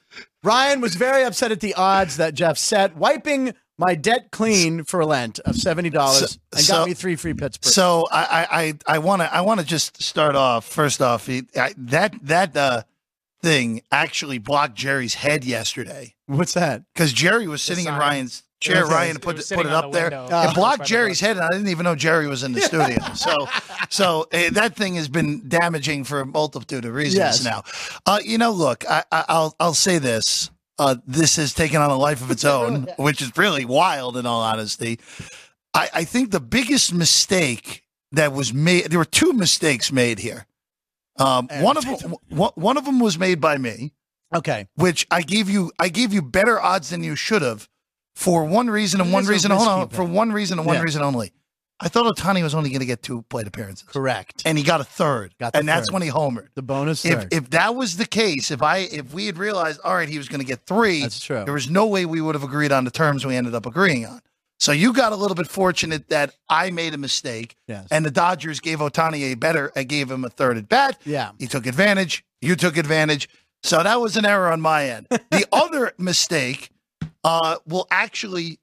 Speaker 1: Ryan was very upset at the odds that Jeff set, wiping my debt clean for Lent of seventy dollars and
Speaker 8: so-
Speaker 1: got me three free Pittsburgh.
Speaker 8: So I I I want to I want to just start off first off he, I, that that uh thing actually blocked Jerry's head yesterday
Speaker 1: What's that?
Speaker 8: because Jerry was sitting in
Speaker 2: sign.
Speaker 8: Ryan's chair.
Speaker 1: was-
Speaker 8: Ryan
Speaker 2: it
Speaker 8: put
Speaker 2: was
Speaker 8: put
Speaker 2: sitting
Speaker 8: it
Speaker 2: on
Speaker 8: up
Speaker 2: the
Speaker 8: there.
Speaker 2: window.
Speaker 1: Oh.
Speaker 8: It blocked
Speaker 2: Right
Speaker 8: Jerry's
Speaker 2: above.
Speaker 8: head, and I didn't even know Jerry was in the studio. So so uh, that thing has been damaging for a multitude of reasons
Speaker 1: Yes.
Speaker 8: now. Uh, you know, look, I, I I'll I'll say this. Uh, this has taken on a life of its own, which is really wild in all honesty. I, I think the biggest mistake that was made, there were two mistakes made here. Um,
Speaker 1: And-
Speaker 8: one of them, one, one of them was made by me,
Speaker 1: Okay.
Speaker 8: which I gave you, I gave you better odds than you should have, for one reason and
Speaker 1: It
Speaker 8: one
Speaker 1: is a
Speaker 8: reason. Hold
Speaker 1: risky
Speaker 8: on,
Speaker 1: bet.
Speaker 8: for one reason and one
Speaker 1: Yeah.
Speaker 8: reason only. I thought Otani was only going to get two plate appearances,
Speaker 1: Correct.
Speaker 8: and he got a third,
Speaker 1: Got the
Speaker 8: and that's
Speaker 1: third.
Speaker 8: when he homered.
Speaker 1: The bonus.
Speaker 8: If,
Speaker 1: third.
Speaker 8: if that was the case, if I if we had realized, all right, he was going to get three,
Speaker 1: That's true.
Speaker 8: There was no way we would have agreed on the terms we ended up agreeing on. So you got a little bit fortunate that I made a mistake,
Speaker 1: Yes.
Speaker 8: and the Dodgers gave Otani a better. I gave him a third at bat.
Speaker 1: Yeah.
Speaker 8: he took advantage. You took advantage. So that was an error on my end. The other mistake uh, will actually.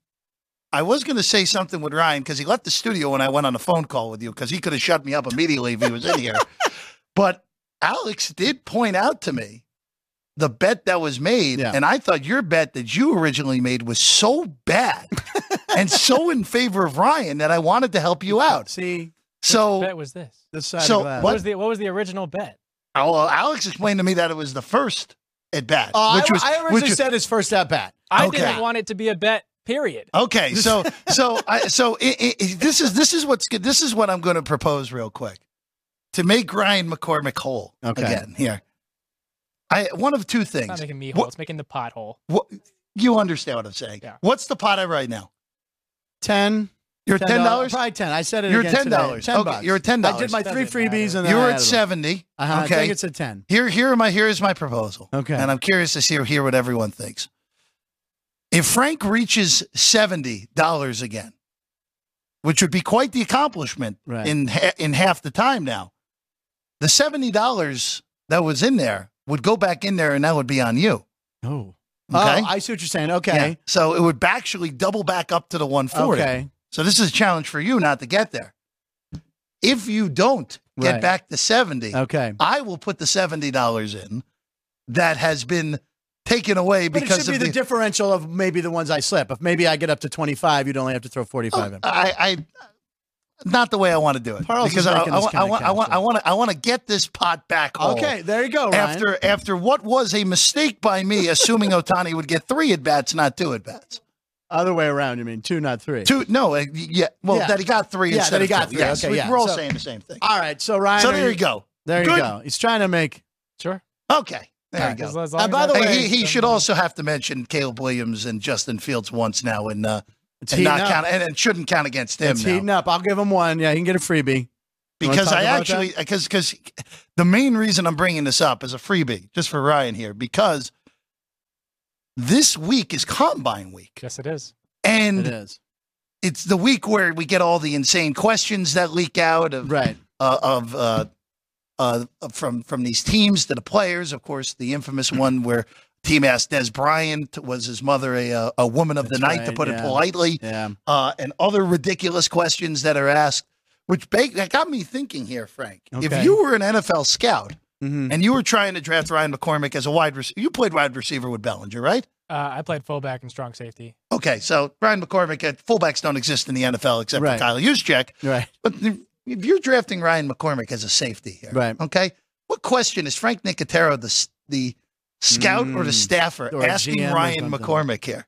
Speaker 8: I was going to say something with Ryan because he left the studio when I went on a phone call with you because he could have shut me up immediately if he was in here. But Alex did point out to me the bet that was made.
Speaker 1: Yeah.
Speaker 8: And I thought your bet that you originally made was so bad and so in favor of Ryan that I wanted to help you out.
Speaker 1: See
Speaker 8: So
Speaker 2: bet was this?
Speaker 1: this side
Speaker 8: So,
Speaker 1: of glass.
Speaker 2: What
Speaker 8: What?
Speaker 2: was the what was the original bet?
Speaker 8: Oh, well, Alex explained to me that it was the first at bat,
Speaker 1: Oh, I,
Speaker 8: which was
Speaker 1: I
Speaker 8: which
Speaker 1: originally
Speaker 8: was-
Speaker 1: said his first at bat.
Speaker 2: I
Speaker 8: Okay.
Speaker 2: didn't want it to be a bet Period.
Speaker 8: Okay, so so I so i i i- this is this is what's good. This is what I'm going to propose real quick to make Ryan McCormick whole
Speaker 1: Okay.
Speaker 8: again here. I one of two
Speaker 2: It's not
Speaker 8: things.
Speaker 2: making me
Speaker 8: What-
Speaker 2: whole. It's making the pothole.
Speaker 8: What, you understand what I'm saying?
Speaker 2: Yeah.
Speaker 8: What's the pot at right now?
Speaker 1: 10
Speaker 8: You're ten dollars.
Speaker 1: Probably 10. I said it
Speaker 8: You're
Speaker 1: again today.
Speaker 8: $10.
Speaker 1: 10
Speaker 8: Okay,
Speaker 1: bucks.
Speaker 8: you're $10.
Speaker 1: I did my three
Speaker 2: Doesn't
Speaker 1: freebies
Speaker 2: matter.
Speaker 1: and then
Speaker 8: You
Speaker 1: I
Speaker 8: were
Speaker 1: added
Speaker 8: at
Speaker 1: them.
Speaker 8: seventy.
Speaker 1: Uh-huh, I
Speaker 8: Okay.
Speaker 1: think it's a 10.
Speaker 8: Here, here are my here is my proposal.
Speaker 1: Okay.
Speaker 8: And I'm curious to see hear what everyone thinks. If Frank reaches seventy dollars again, which would be quite the accomplishment
Speaker 1: Right.
Speaker 8: in ha- in half the time now, the seventy dollars that was in there would go back in there, and that would be on you.
Speaker 1: Oh.
Speaker 8: Okay.
Speaker 1: Oh, I see what you're saying.
Speaker 8: Yeah.
Speaker 1: Okay.
Speaker 8: So it would actually double back up to the one forty.
Speaker 1: Okay.
Speaker 8: So this is a challenge for you not to get there. If you don't get
Speaker 1: Right.
Speaker 8: back to seventy,
Speaker 1: Okay.
Speaker 8: I will put the seventy dollars in that has been taken away
Speaker 1: But it
Speaker 8: because
Speaker 1: should be
Speaker 8: of
Speaker 1: the, differential of maybe the ones I slip. If maybe I get up to 25, you'd only have to throw 45 in.
Speaker 8: Oh, I, I not the way I want to do it
Speaker 1: Parles is
Speaker 8: because I,
Speaker 1: making
Speaker 8: I,
Speaker 1: this
Speaker 8: want- I
Speaker 1: kinda
Speaker 8: want I want I
Speaker 1: counsel.
Speaker 8: want to I want to get this pot back. whole
Speaker 1: Okay, there you go, Ryan.
Speaker 8: Oh, After after what was a mistake by me, assuming Otani would get three at bats, not two at bats.
Speaker 1: Other way around, you mean two, not three.
Speaker 8: Two, no, uh, yeah, well,
Speaker 1: Yeah.
Speaker 8: that he got three
Speaker 1: Yeah,
Speaker 8: instead
Speaker 1: that he
Speaker 8: of
Speaker 1: got
Speaker 8: two.
Speaker 1: three.
Speaker 8: Yes,
Speaker 1: Okay,
Speaker 8: we-
Speaker 1: yeah.
Speaker 8: we're all
Speaker 1: So-
Speaker 8: saying the same thing.
Speaker 1: All right, so Ryan.
Speaker 8: So
Speaker 1: are
Speaker 8: there you go.
Speaker 1: There you
Speaker 8: Good.
Speaker 1: go. He's trying to make.
Speaker 2: Sure.
Speaker 8: Okay, there you go.
Speaker 2: As- as
Speaker 1: Uh,
Speaker 2: long as
Speaker 1: by the
Speaker 2: I-
Speaker 1: way-
Speaker 8: Hey, he, he should also have to mention Caleb Williams and Justin Fields once now, and uh,
Speaker 1: It's
Speaker 8: and
Speaker 1: heating
Speaker 8: not
Speaker 1: up.
Speaker 8: count and, and shouldn't count against him
Speaker 1: it's
Speaker 8: now.
Speaker 1: heating up. I'll give him one. Yeah, he can get a freebie. You wanna
Speaker 8: because
Speaker 1: talk
Speaker 8: I
Speaker 1: about
Speaker 8: actually because because the main reason I'm bringing this up is a freebie just for Ryan here because this week is Combine week
Speaker 2: Yes, it is.
Speaker 1: It
Speaker 8: and
Speaker 1: is.
Speaker 8: it's the week where we get all the insane questions that leak out of
Speaker 1: Right.
Speaker 8: uh, of uh, uh, from from these teams to the players. Of course, the infamous
Speaker 1: Mm.
Speaker 8: one where team asked Des Bryant was his mother a uh, a woman of
Speaker 1: That's
Speaker 8: the night to
Speaker 1: right,
Speaker 8: put it
Speaker 1: yeah.
Speaker 8: politely,
Speaker 1: Yeah.
Speaker 8: uh, and other ridiculous questions that are asked. Which ba- that got me thinking here, Frank.
Speaker 1: Okay.
Speaker 8: If you were an NFL scout
Speaker 1: hmm
Speaker 8: and you were trying to draft Ryan McCormick as a wide receiver, you played wide receiver with Bellinger, right?
Speaker 2: Uh, I played fullback and strong safety.
Speaker 8: Okay, so Ryan McCormick, uh, fullbacks don't exist in the NFL except
Speaker 1: Right.
Speaker 8: for Kyle Juszczyk.
Speaker 1: Right.
Speaker 8: But the- if you're drafting Ryan McCormick as a safety here,
Speaker 1: Right.
Speaker 8: Okay. What question is Frank Nicotero, the s- the scout or the
Speaker 1: Mm.
Speaker 8: staffer,
Speaker 1: Or a
Speaker 8: asking
Speaker 1: GM or
Speaker 8: Ryan
Speaker 1: something.
Speaker 8: McCormick here?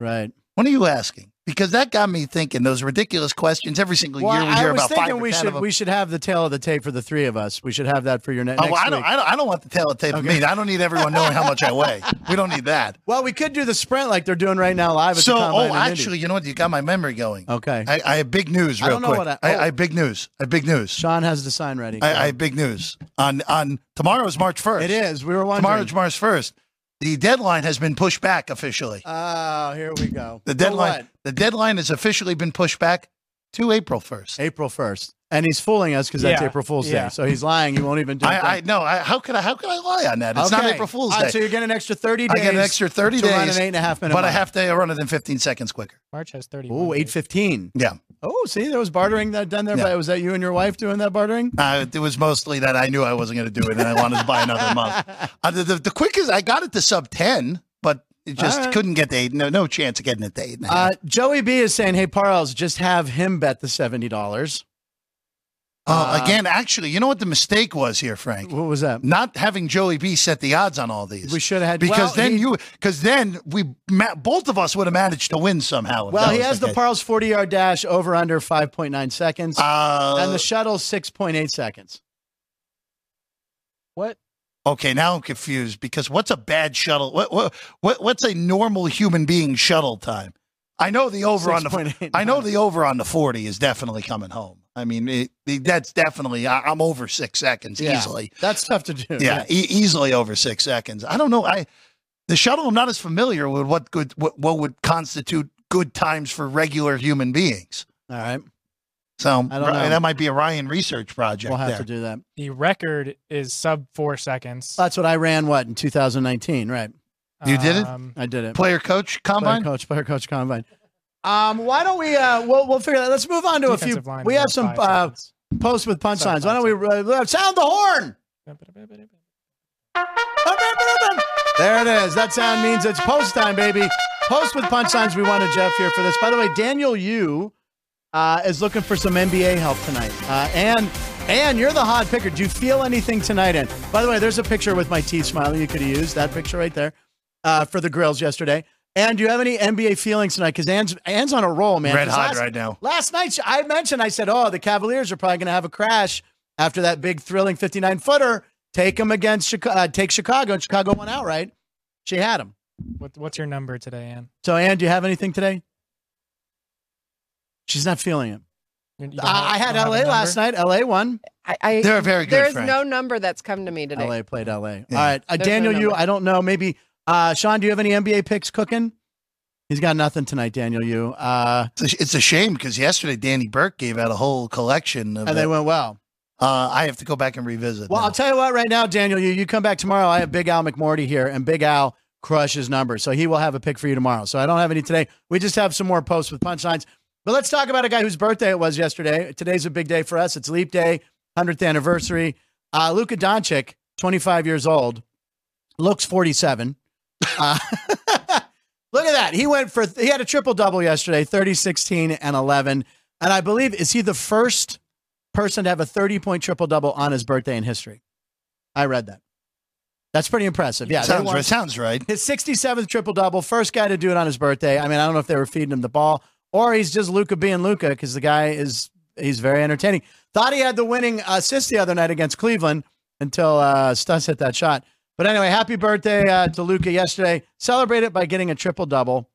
Speaker 1: Right.
Speaker 8: What are you asking? Because that got me thinking. Those ridiculous questions every single
Speaker 1: Well,
Speaker 8: year we
Speaker 1: I
Speaker 8: hear
Speaker 1: was
Speaker 8: about five
Speaker 1: thinking
Speaker 8: or
Speaker 1: we
Speaker 8: ten
Speaker 1: should
Speaker 8: of them.
Speaker 1: we should have the tail of the tape for the three of us. We should have that for your ne-
Speaker 8: Oh,
Speaker 1: next
Speaker 8: well, I don't,
Speaker 1: week.
Speaker 8: I don't. I don't want the tail of tape of
Speaker 1: Okay.
Speaker 8: me. I don't need everyone knowing how much I weigh. We don't need that.
Speaker 1: well, we could do the sprint like they're doing right now live. At
Speaker 8: So,
Speaker 1: the Combine
Speaker 8: oh,
Speaker 1: in Indy.
Speaker 8: actually, you know what? You got my memory going.
Speaker 1: okay.
Speaker 8: I, I have big news,
Speaker 1: I
Speaker 8: real
Speaker 1: don't know
Speaker 8: quick.
Speaker 1: what I-
Speaker 8: I,
Speaker 1: oh.
Speaker 8: I have big news. I have big news.
Speaker 1: Sean has the sign ready.
Speaker 8: I, I have big news on on tomorrow is March first.
Speaker 1: it is. We were
Speaker 8: Tomorrow
Speaker 1: wondering.
Speaker 8: is March first. The deadline has been pushed back officially.
Speaker 1: Oh, here we go.
Speaker 8: The
Speaker 1: So
Speaker 8: deadline.
Speaker 1: what?
Speaker 8: the deadline has officially been pushed back to April first.
Speaker 1: April first, and he's fooling us because that's
Speaker 2: Yeah,
Speaker 1: April Fool's Day.
Speaker 2: yeah.
Speaker 1: So he's lying. He won't even do it.
Speaker 8: I, I no. I, how could I? How could I lie on that? It's not
Speaker 1: Okay.
Speaker 8: April Fool's
Speaker 1: All
Speaker 8: Day.
Speaker 1: right, so you're getting an extra thirty
Speaker 8: I
Speaker 1: days.
Speaker 8: get an extra thirty
Speaker 1: to
Speaker 8: days,
Speaker 1: run an eight and a half minute.
Speaker 8: but I have to run it in fifteen seconds quicker.
Speaker 2: March has 30.
Speaker 1: Oh, eight fifteen.
Speaker 8: Yeah.
Speaker 1: Oh, see, there was bartering that done there.
Speaker 8: Yeah.
Speaker 1: But was that you and your wife doing that bartering?
Speaker 8: Uh, it was mostly that I knew I wasn't going to do it, and I wanted to buy another month. Uh, the, the, the quickest I got it to sub ten, but it just
Speaker 1: All right.
Speaker 8: couldn't get to eight. No, no chance of getting it to eight. and a half.
Speaker 1: Uh, Joey B is saying, "Hey, Parles, just have him bet the seventy dollars."
Speaker 8: Uh,
Speaker 1: uh,
Speaker 8: again, actually, you know what the mistake was here, Frank?
Speaker 1: What was that?
Speaker 8: Not having Joey B set the odds on all these.
Speaker 1: We should have had
Speaker 8: because
Speaker 1: well,
Speaker 8: then
Speaker 1: he-
Speaker 8: you, because then we, ma- both of us would have managed to win somehow. if
Speaker 1: Well,
Speaker 8: that
Speaker 1: he
Speaker 8: was
Speaker 1: has the
Speaker 8: case.
Speaker 1: Parles forty yard dash over under five point nine seconds,
Speaker 8: Uh,
Speaker 1: and the shuttle six point eight seconds.
Speaker 2: What?
Speaker 8: okay, now I'm confused because what's a bad shuttle? What, what, what what's a normal human being shuttle time? I know the over on the.
Speaker 1: 6.89.
Speaker 8: I know the over on the forty is definitely coming home. I mean, it, it- that's definitely. I, I'm over six seconds
Speaker 1: Yeah.
Speaker 8: easily.
Speaker 1: That's tough to do.
Speaker 8: yeah, E- easily over six seconds. I don't know. I the shuttle. I'm not as familiar with what good what, what would constitute good times for regular human beings.
Speaker 1: All right.
Speaker 8: So
Speaker 1: I don't
Speaker 8: Ri-
Speaker 1: know.
Speaker 8: that might be a Ryan research project.
Speaker 1: We'll have
Speaker 8: there.
Speaker 1: to do that.
Speaker 2: The record is sub four seconds.
Speaker 1: That's what I ran. What in 2019? Right.
Speaker 8: you did it?
Speaker 2: Um,
Speaker 1: I did it.
Speaker 8: Player coach combine.
Speaker 1: Player coach, player coach combine. Um, why don't we? Uh, we'll we'll figure that. Let's move on to a few.
Speaker 2: defensive line
Speaker 1: We
Speaker 2: is
Speaker 1: have
Speaker 2: up
Speaker 1: some
Speaker 2: five
Speaker 1: uh,
Speaker 2: seconds.
Speaker 1: posts with punchlines.
Speaker 2: Sound
Speaker 1: Why don't we uh, sound the horn? There it is. That sound means it's post time, baby. Post with punchlines. We wanted Jeff here for this. By the way, Daniel Yu uh, is looking for some NBA help tonight. Uh, and and you're the hot picker. Do you feel anything tonight? And by the way, there's a picture with my teeth smiling. You could have used that picture right there uh, for the grills yesterday. And do you have any NBA feelings tonight? Because Ann's, Ann's on a roll, man.
Speaker 8: Red
Speaker 1: 'Cause
Speaker 8: hot
Speaker 1: last-
Speaker 8: right now.
Speaker 1: Last night, she- I mentioned, I said, oh, the Cavaliers are probably going to have a crash after that big thrilling 59 footer. Take them against Chicago, uh, take Chicago, and Chicago won outright. She had them.
Speaker 2: What, what's your number today, Ann?
Speaker 1: So, Ann, do you have anything today? She's not feeling it.
Speaker 2: You- you don't have-
Speaker 1: I, I had
Speaker 2: don't have a
Speaker 1: LA last
Speaker 2: number?
Speaker 1: night. LA won.
Speaker 5: I, I
Speaker 8: They're very good,
Speaker 5: There is
Speaker 8: Frank.
Speaker 5: no number that's come to me today.
Speaker 1: LA played LA.
Speaker 8: Yeah.
Speaker 1: All right. Uh,
Speaker 5: There's
Speaker 1: Daniel,
Speaker 5: no
Speaker 1: you,
Speaker 5: number.
Speaker 1: I don't know. Maybe, uh, Sean, do you have any NBA picks cooking? He's got nothing tonight, Daniel. You. Uh,
Speaker 8: It's a, it's a shame because yesterday Danny Burke gave out a whole collection of.
Speaker 1: and Oh, they
Speaker 8: it.
Speaker 1: went well.
Speaker 8: uh, I have to go back and revisit.
Speaker 1: Well,
Speaker 8: now.
Speaker 1: I'll tell you what, right now, Daniel, you, you come back tomorrow. I have Big Al McMorty here, and Big Al crushes numbers. So he will have a pick for you tomorrow. So I don't have any today. We just have some more posts with punchlines. But let's talk about a guy whose birthday it was yesterday. Today's a big day for us. It's Leap Day, 100th anniversary. Uh, Luka Doncic, 25 years old, looks 47. Uh, look at that. He went for, he had a triple double yesterday 30, 16, and 11. And I believe, is he the first person to have a 30 point triple double on his birthday in history. I read that. That's pretty impressive. Yeah. they
Speaker 8: sounds
Speaker 1: want-
Speaker 8: right. Sounds right.
Speaker 1: His 67th triple double, first guy to do it on his birthday. I mean, I don't know if they were feeding him the ball or he's just Luca being Luca because the guy is, he's very entertaining. Thought he had the winning assist the other night against Cleveland until uh, Stunts hit that shot. But anyway, happy birthday uh, to Luca yesterday. Celebrate it by getting a triple double.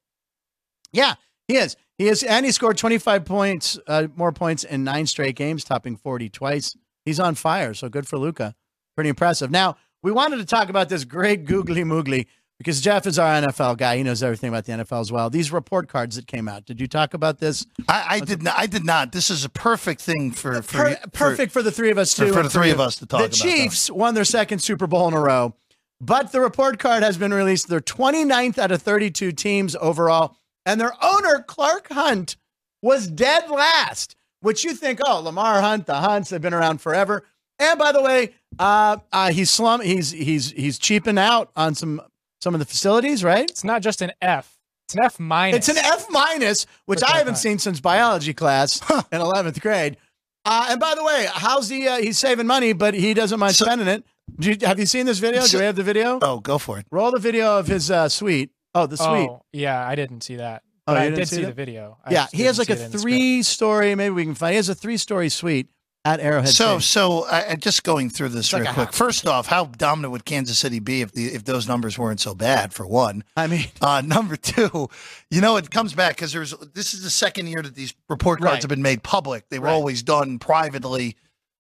Speaker 1: Yeah, he is. He is, and he scored 25 points, uh, more points in nine straight games, topping 40 twice. He's on fire, so good for Luca. Pretty impressive. Now, we wanted to talk about this great googly moogly because Jeff is our NFL guy. He knows everything about the NFL as well. These report cards that came out. Did you talk about this?
Speaker 8: I, I did not. I did not. This is a perfect thing for, for
Speaker 1: Per-
Speaker 8: you- for-
Speaker 1: perfect for the three of us,
Speaker 8: for,
Speaker 1: too.
Speaker 8: for
Speaker 1: and
Speaker 8: the
Speaker 1: for
Speaker 8: three
Speaker 1: you.
Speaker 8: of us to talk
Speaker 1: the
Speaker 8: about. though.
Speaker 1: Chiefs won their second Super Bowl in a row, but the report card has been released. They're 29th out of 32 teams overall, and their owner, Clark Hunt, was dead last, which you think, oh, Lamar Hunt, the Hunts, they've been around forever. And by the way, uh, uh, he's slum, he's he's he's cheaping out on some some of the facilities, right?
Speaker 2: It's not just an F. It's an F minus.
Speaker 1: It's an F minus, which I
Speaker 2: Perfect.
Speaker 1: haven't seen since biology class in eleventh grade. Uh, and by the way, how's he? Uh, he's saving money, but he doesn't mind
Speaker 8: So-
Speaker 1: spending it. Do you, have you seen this video? Do
Speaker 8: So-
Speaker 1: we have the video?
Speaker 8: Oh, go for it.
Speaker 1: Roll the video of his uh, suite. Oh, the suite.
Speaker 2: Oh, yeah, I didn't see that.
Speaker 1: Oh,
Speaker 2: But
Speaker 1: you
Speaker 2: I
Speaker 1: didn't
Speaker 2: did
Speaker 1: see
Speaker 2: see,
Speaker 1: that?
Speaker 2: the video. I
Speaker 1: yeah,
Speaker 2: just
Speaker 1: he has
Speaker 2: didn't
Speaker 1: like
Speaker 2: see
Speaker 1: a
Speaker 2: it in the script.
Speaker 1: three-story. Maybe we can find. He has a three-story suite at Arrowhead.
Speaker 8: So,
Speaker 1: Stadium.
Speaker 8: so I, I- just going through this
Speaker 1: like
Speaker 8: real
Speaker 1: a
Speaker 8: quick. First off, how dominant would Kansas City be if the if those numbers weren't so bad? For one,
Speaker 1: I mean,
Speaker 8: uh, number two, you know, it comes back because there's this is the second year that these report cards
Speaker 1: Right.
Speaker 8: have been made public. They were
Speaker 1: Right.
Speaker 8: always done privately,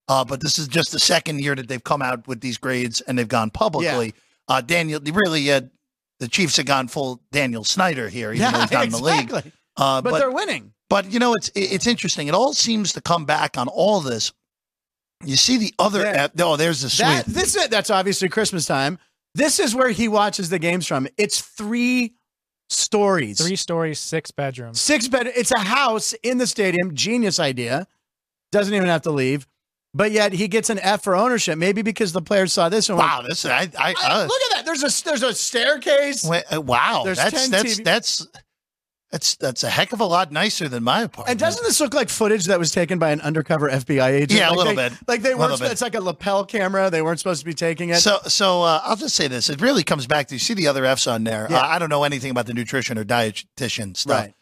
Speaker 8: uh, but this is just the second year that they've come out with these grades and they've gone publicly. Uh, Daniel, they really, uh, the Chiefs have gone full Daniel Snyder here, even though
Speaker 1: yeah,
Speaker 8: he's not in the league.
Speaker 1: exactly.
Speaker 8: Uh,
Speaker 1: But, they're winning.
Speaker 8: but you know, it's it- it's interesting. It all seems to come back on all this. You see the other.
Speaker 1: Yeah.
Speaker 8: app- oh, there's the suite.
Speaker 1: That, this is that's obviously Christmas time. This is where he watches the games from. It's three stories.
Speaker 2: Three stories, six bedrooms.
Speaker 1: Six bed. It's a house in the stadium. Genius idea. Doesn't even have to leave. But yet he gets an F for ownership. Maybe because the players saw this and went,
Speaker 8: wow, this I I,
Speaker 1: "Hey,
Speaker 8: uh,
Speaker 1: look at that. There's a there's a staircase.
Speaker 8: went- uh, wow.
Speaker 1: There's
Speaker 8: That's
Speaker 1: 10
Speaker 8: that's
Speaker 1: TV
Speaker 8: that's that's that's a heck of a lot nicer than my apartment.
Speaker 1: And doesn't this look like footage that was taken by an undercover FBI agent?
Speaker 8: Yeah, a
Speaker 1: Like
Speaker 8: little
Speaker 1: they-
Speaker 8: bit.
Speaker 1: Like they
Speaker 8: A
Speaker 1: weren't.
Speaker 8: little bit.
Speaker 1: It's like a lapel camera. They weren't supposed to be taking it.
Speaker 8: so so uh, I'll just say this. It really comes back to you see the other F's on there.
Speaker 1: Yeah.
Speaker 8: Uh, I don't know anything about the nutrition or dietitian stuff.
Speaker 1: Right.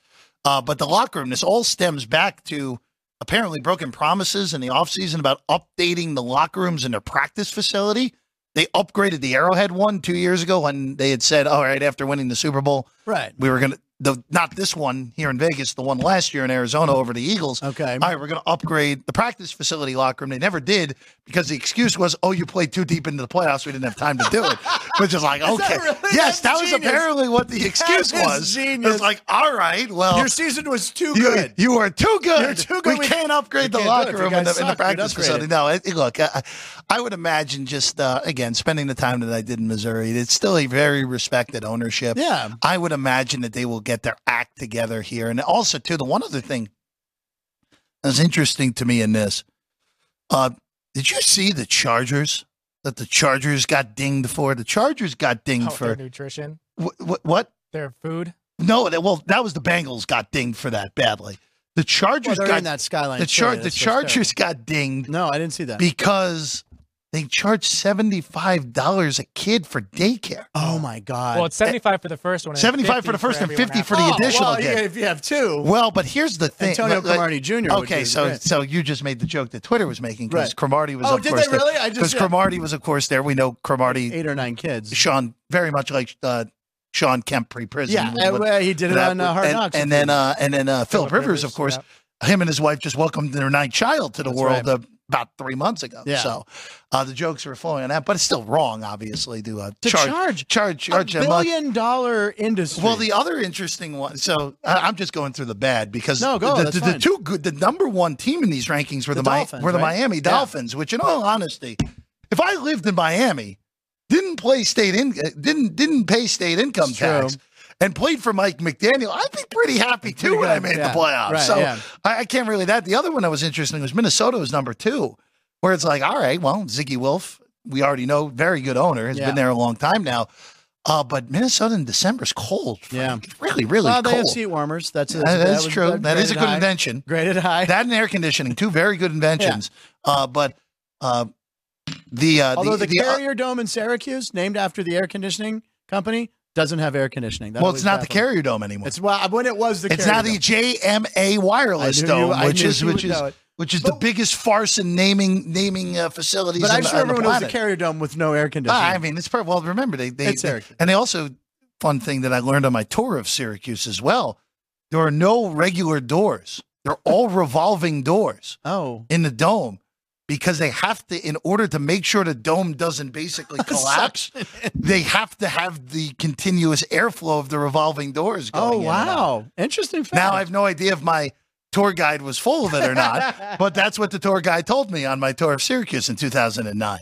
Speaker 8: Uh, but the locker room, this all stems back to apparently broken promises in the offseason about updating the locker rooms in their practice facility. They upgraded the Arrowhead one two years ago when they had said, all right, after winning the Super Bowl,
Speaker 1: right.
Speaker 8: we were going to, the not this one here in Vegas, the one last year in Arizona over the Eagles.
Speaker 1: Okay.
Speaker 8: All right, we're going to upgrade the practice facility locker room. They never did because the excuse was, oh, you played too deep into the playoffs. We didn't have time to do it, which is like,
Speaker 1: that
Speaker 8: okay.
Speaker 1: really- That's
Speaker 8: yes, that was
Speaker 1: genius.
Speaker 8: apparently what the excuse
Speaker 1: is
Speaker 8: was. It
Speaker 1: genius.
Speaker 8: was like, all right, well,
Speaker 1: Your season was too
Speaker 8: you,
Speaker 1: good.
Speaker 8: You are too good.
Speaker 1: You're too good.
Speaker 8: We,
Speaker 1: We-
Speaker 8: can't
Speaker 1: we
Speaker 8: upgrade the
Speaker 1: can't do it.
Speaker 8: locker
Speaker 1: If you
Speaker 8: room in
Speaker 1: guys
Speaker 8: the, in the
Speaker 1: suck, we'd
Speaker 8: practice
Speaker 1: upgrade
Speaker 8: facility.
Speaker 1: it.
Speaker 8: No, it, look, I, I would imagine just uh, again spending the time that I did in Missouri. It's still a very respected ownership.
Speaker 1: yeah.
Speaker 8: I would imagine that they will get their act together here. And also, too, the one other thing that's interesting to me in this, uh, did you see the Chargers? That the Chargers got dinged for. The Chargers got dinged
Speaker 2: Oh, their
Speaker 8: for
Speaker 2: nutrition,
Speaker 8: wh- wh- what?
Speaker 2: their food.
Speaker 8: No, that, well, that was the Bengals got dinged for that badly. The
Speaker 1: Well,
Speaker 8: Chargers
Speaker 1: they're in
Speaker 8: got
Speaker 1: that skyline.
Speaker 8: the,
Speaker 1: story.
Speaker 8: char- the
Speaker 1: That's what's terrible.
Speaker 8: Chargers got dinged
Speaker 1: No, I didn't see that.
Speaker 8: because They charge seventy five dollars a kid for daycare.
Speaker 1: Oh my God.
Speaker 2: Well, it's 75 for the first one. and
Speaker 8: 75
Speaker 2: 50
Speaker 8: for the first and
Speaker 2: everyone
Speaker 8: 50 for
Speaker 2: after.
Speaker 8: the
Speaker 1: Oh,
Speaker 8: additional
Speaker 1: well,
Speaker 8: kid.
Speaker 1: yeah, if you have two.
Speaker 8: Well, but here's the thing.
Speaker 1: Antonio
Speaker 8: Let- let-
Speaker 1: Cromartie Jr. would
Speaker 8: Okay,
Speaker 1: do
Speaker 8: so
Speaker 1: that.
Speaker 8: so you just made the joke that Twitter was making because
Speaker 1: Right.
Speaker 8: Cromartie was.
Speaker 1: Oh,
Speaker 8: of
Speaker 1: did
Speaker 8: course
Speaker 1: they really? I just-
Speaker 8: because
Speaker 1: yeah.
Speaker 8: Cromartie was, of course, there. We know Cromartie,
Speaker 1: eight or nine kids.
Speaker 8: Sean, very much like uh, Sean Kemp pre-prison.
Speaker 1: Yeah,
Speaker 8: with-
Speaker 1: uh, well, he did it
Speaker 8: that-
Speaker 1: on uh, Hard
Speaker 8: and,
Speaker 1: Knocks.
Speaker 8: and then uh, and then uh, Philip
Speaker 2: Phillip
Speaker 8: Rivers, of
Speaker 2: Rivers,
Speaker 8: course. Him and his wife just welcomed their ninth child to the
Speaker 1: That's
Speaker 8: world
Speaker 1: right.
Speaker 8: uh, about three months ago.
Speaker 1: Yeah.
Speaker 8: So uh, the jokes were flowing on that, but it's still wrong, obviously, to, uh,
Speaker 1: To
Speaker 8: charge charge charge
Speaker 1: a
Speaker 8: that much.
Speaker 1: billion dollar industry.
Speaker 8: Well, the other interesting one. So I, I'm just going through the bad because
Speaker 1: No, go,
Speaker 8: the,
Speaker 1: that's
Speaker 8: the, the
Speaker 1: fine.
Speaker 8: two good, the number one team in these rankings were
Speaker 1: The
Speaker 8: the, Mi-
Speaker 1: Dolphins,
Speaker 8: were the
Speaker 1: right?
Speaker 8: Miami
Speaker 1: Yeah.
Speaker 8: Dolphins. Which, in all honesty, if I lived in Miami, didn't play state in, uh, didn't didn't pay state income
Speaker 1: It's true.
Speaker 8: tax. And played for Mike McDaniel. I'd be pretty happy too
Speaker 1: pretty
Speaker 8: when I
Speaker 1: good,
Speaker 8: made
Speaker 1: yeah.
Speaker 8: the playoffs.
Speaker 1: Right,
Speaker 8: so
Speaker 1: yeah.
Speaker 8: I, I can't really that. The other one that was interesting was Minnesota was number two, where it's like, all right, well, Ziggy Wolf, we already know, very good owner, has
Speaker 1: Yeah.
Speaker 8: been there a long time now. Uh, but Minnesota in December is cold.
Speaker 1: Yeah.
Speaker 8: It's really, really
Speaker 1: well, they
Speaker 8: cold.
Speaker 1: have seat warmers. That's a,
Speaker 8: That-
Speaker 1: that
Speaker 8: that's
Speaker 1: was-
Speaker 8: true. that is a
Speaker 1: graded
Speaker 8: good
Speaker 1: high.
Speaker 8: invention.
Speaker 1: Graded high.
Speaker 8: That and air conditioning, two very good inventions. Uh, but uh, the uh,
Speaker 1: Although the,
Speaker 8: the, the, uh,
Speaker 1: Carrier Dome in Syracuse, named after the air conditioning company, doesn't have air conditioning. That
Speaker 8: well,
Speaker 1: always
Speaker 8: it's not the
Speaker 1: baffled me.
Speaker 8: Carrier Dome anymore. It's,
Speaker 1: It's well, when it was the. Carrier
Speaker 8: now the
Speaker 1: Dome.
Speaker 8: JMA Wireless
Speaker 1: I knew you-
Speaker 8: Dome,
Speaker 1: I
Speaker 8: which
Speaker 1: knew
Speaker 8: is
Speaker 1: you would
Speaker 8: which is
Speaker 1: know it.
Speaker 8: which is the
Speaker 1: But-
Speaker 8: biggest farce in naming naming uh, facilities.
Speaker 1: But I
Speaker 8: on
Speaker 1: just
Speaker 8: the- on
Speaker 1: remember
Speaker 8: the
Speaker 1: when it was the
Speaker 8: planet.
Speaker 1: Carrier Dome with no air conditioning.
Speaker 8: Ah, I mean, it's part. Well, remember they they,
Speaker 1: It's
Speaker 8: they
Speaker 1: Eric.
Speaker 8: and they also fun thing that I learned on my tour of Syracuse as well. There are no regular doors. They're all revolving doors
Speaker 1: oh,
Speaker 8: in the dome because they have to, in order to make sure the dome doesn't basically collapse, they have to have the continuous airflow of the revolving doors going.
Speaker 1: oh
Speaker 8: in and out.
Speaker 1: wow, interesting fact.
Speaker 8: Now I have no idea if my tour guide was full of it or not, but that's what the tour guide told me on my tour of Syracuse in 2009.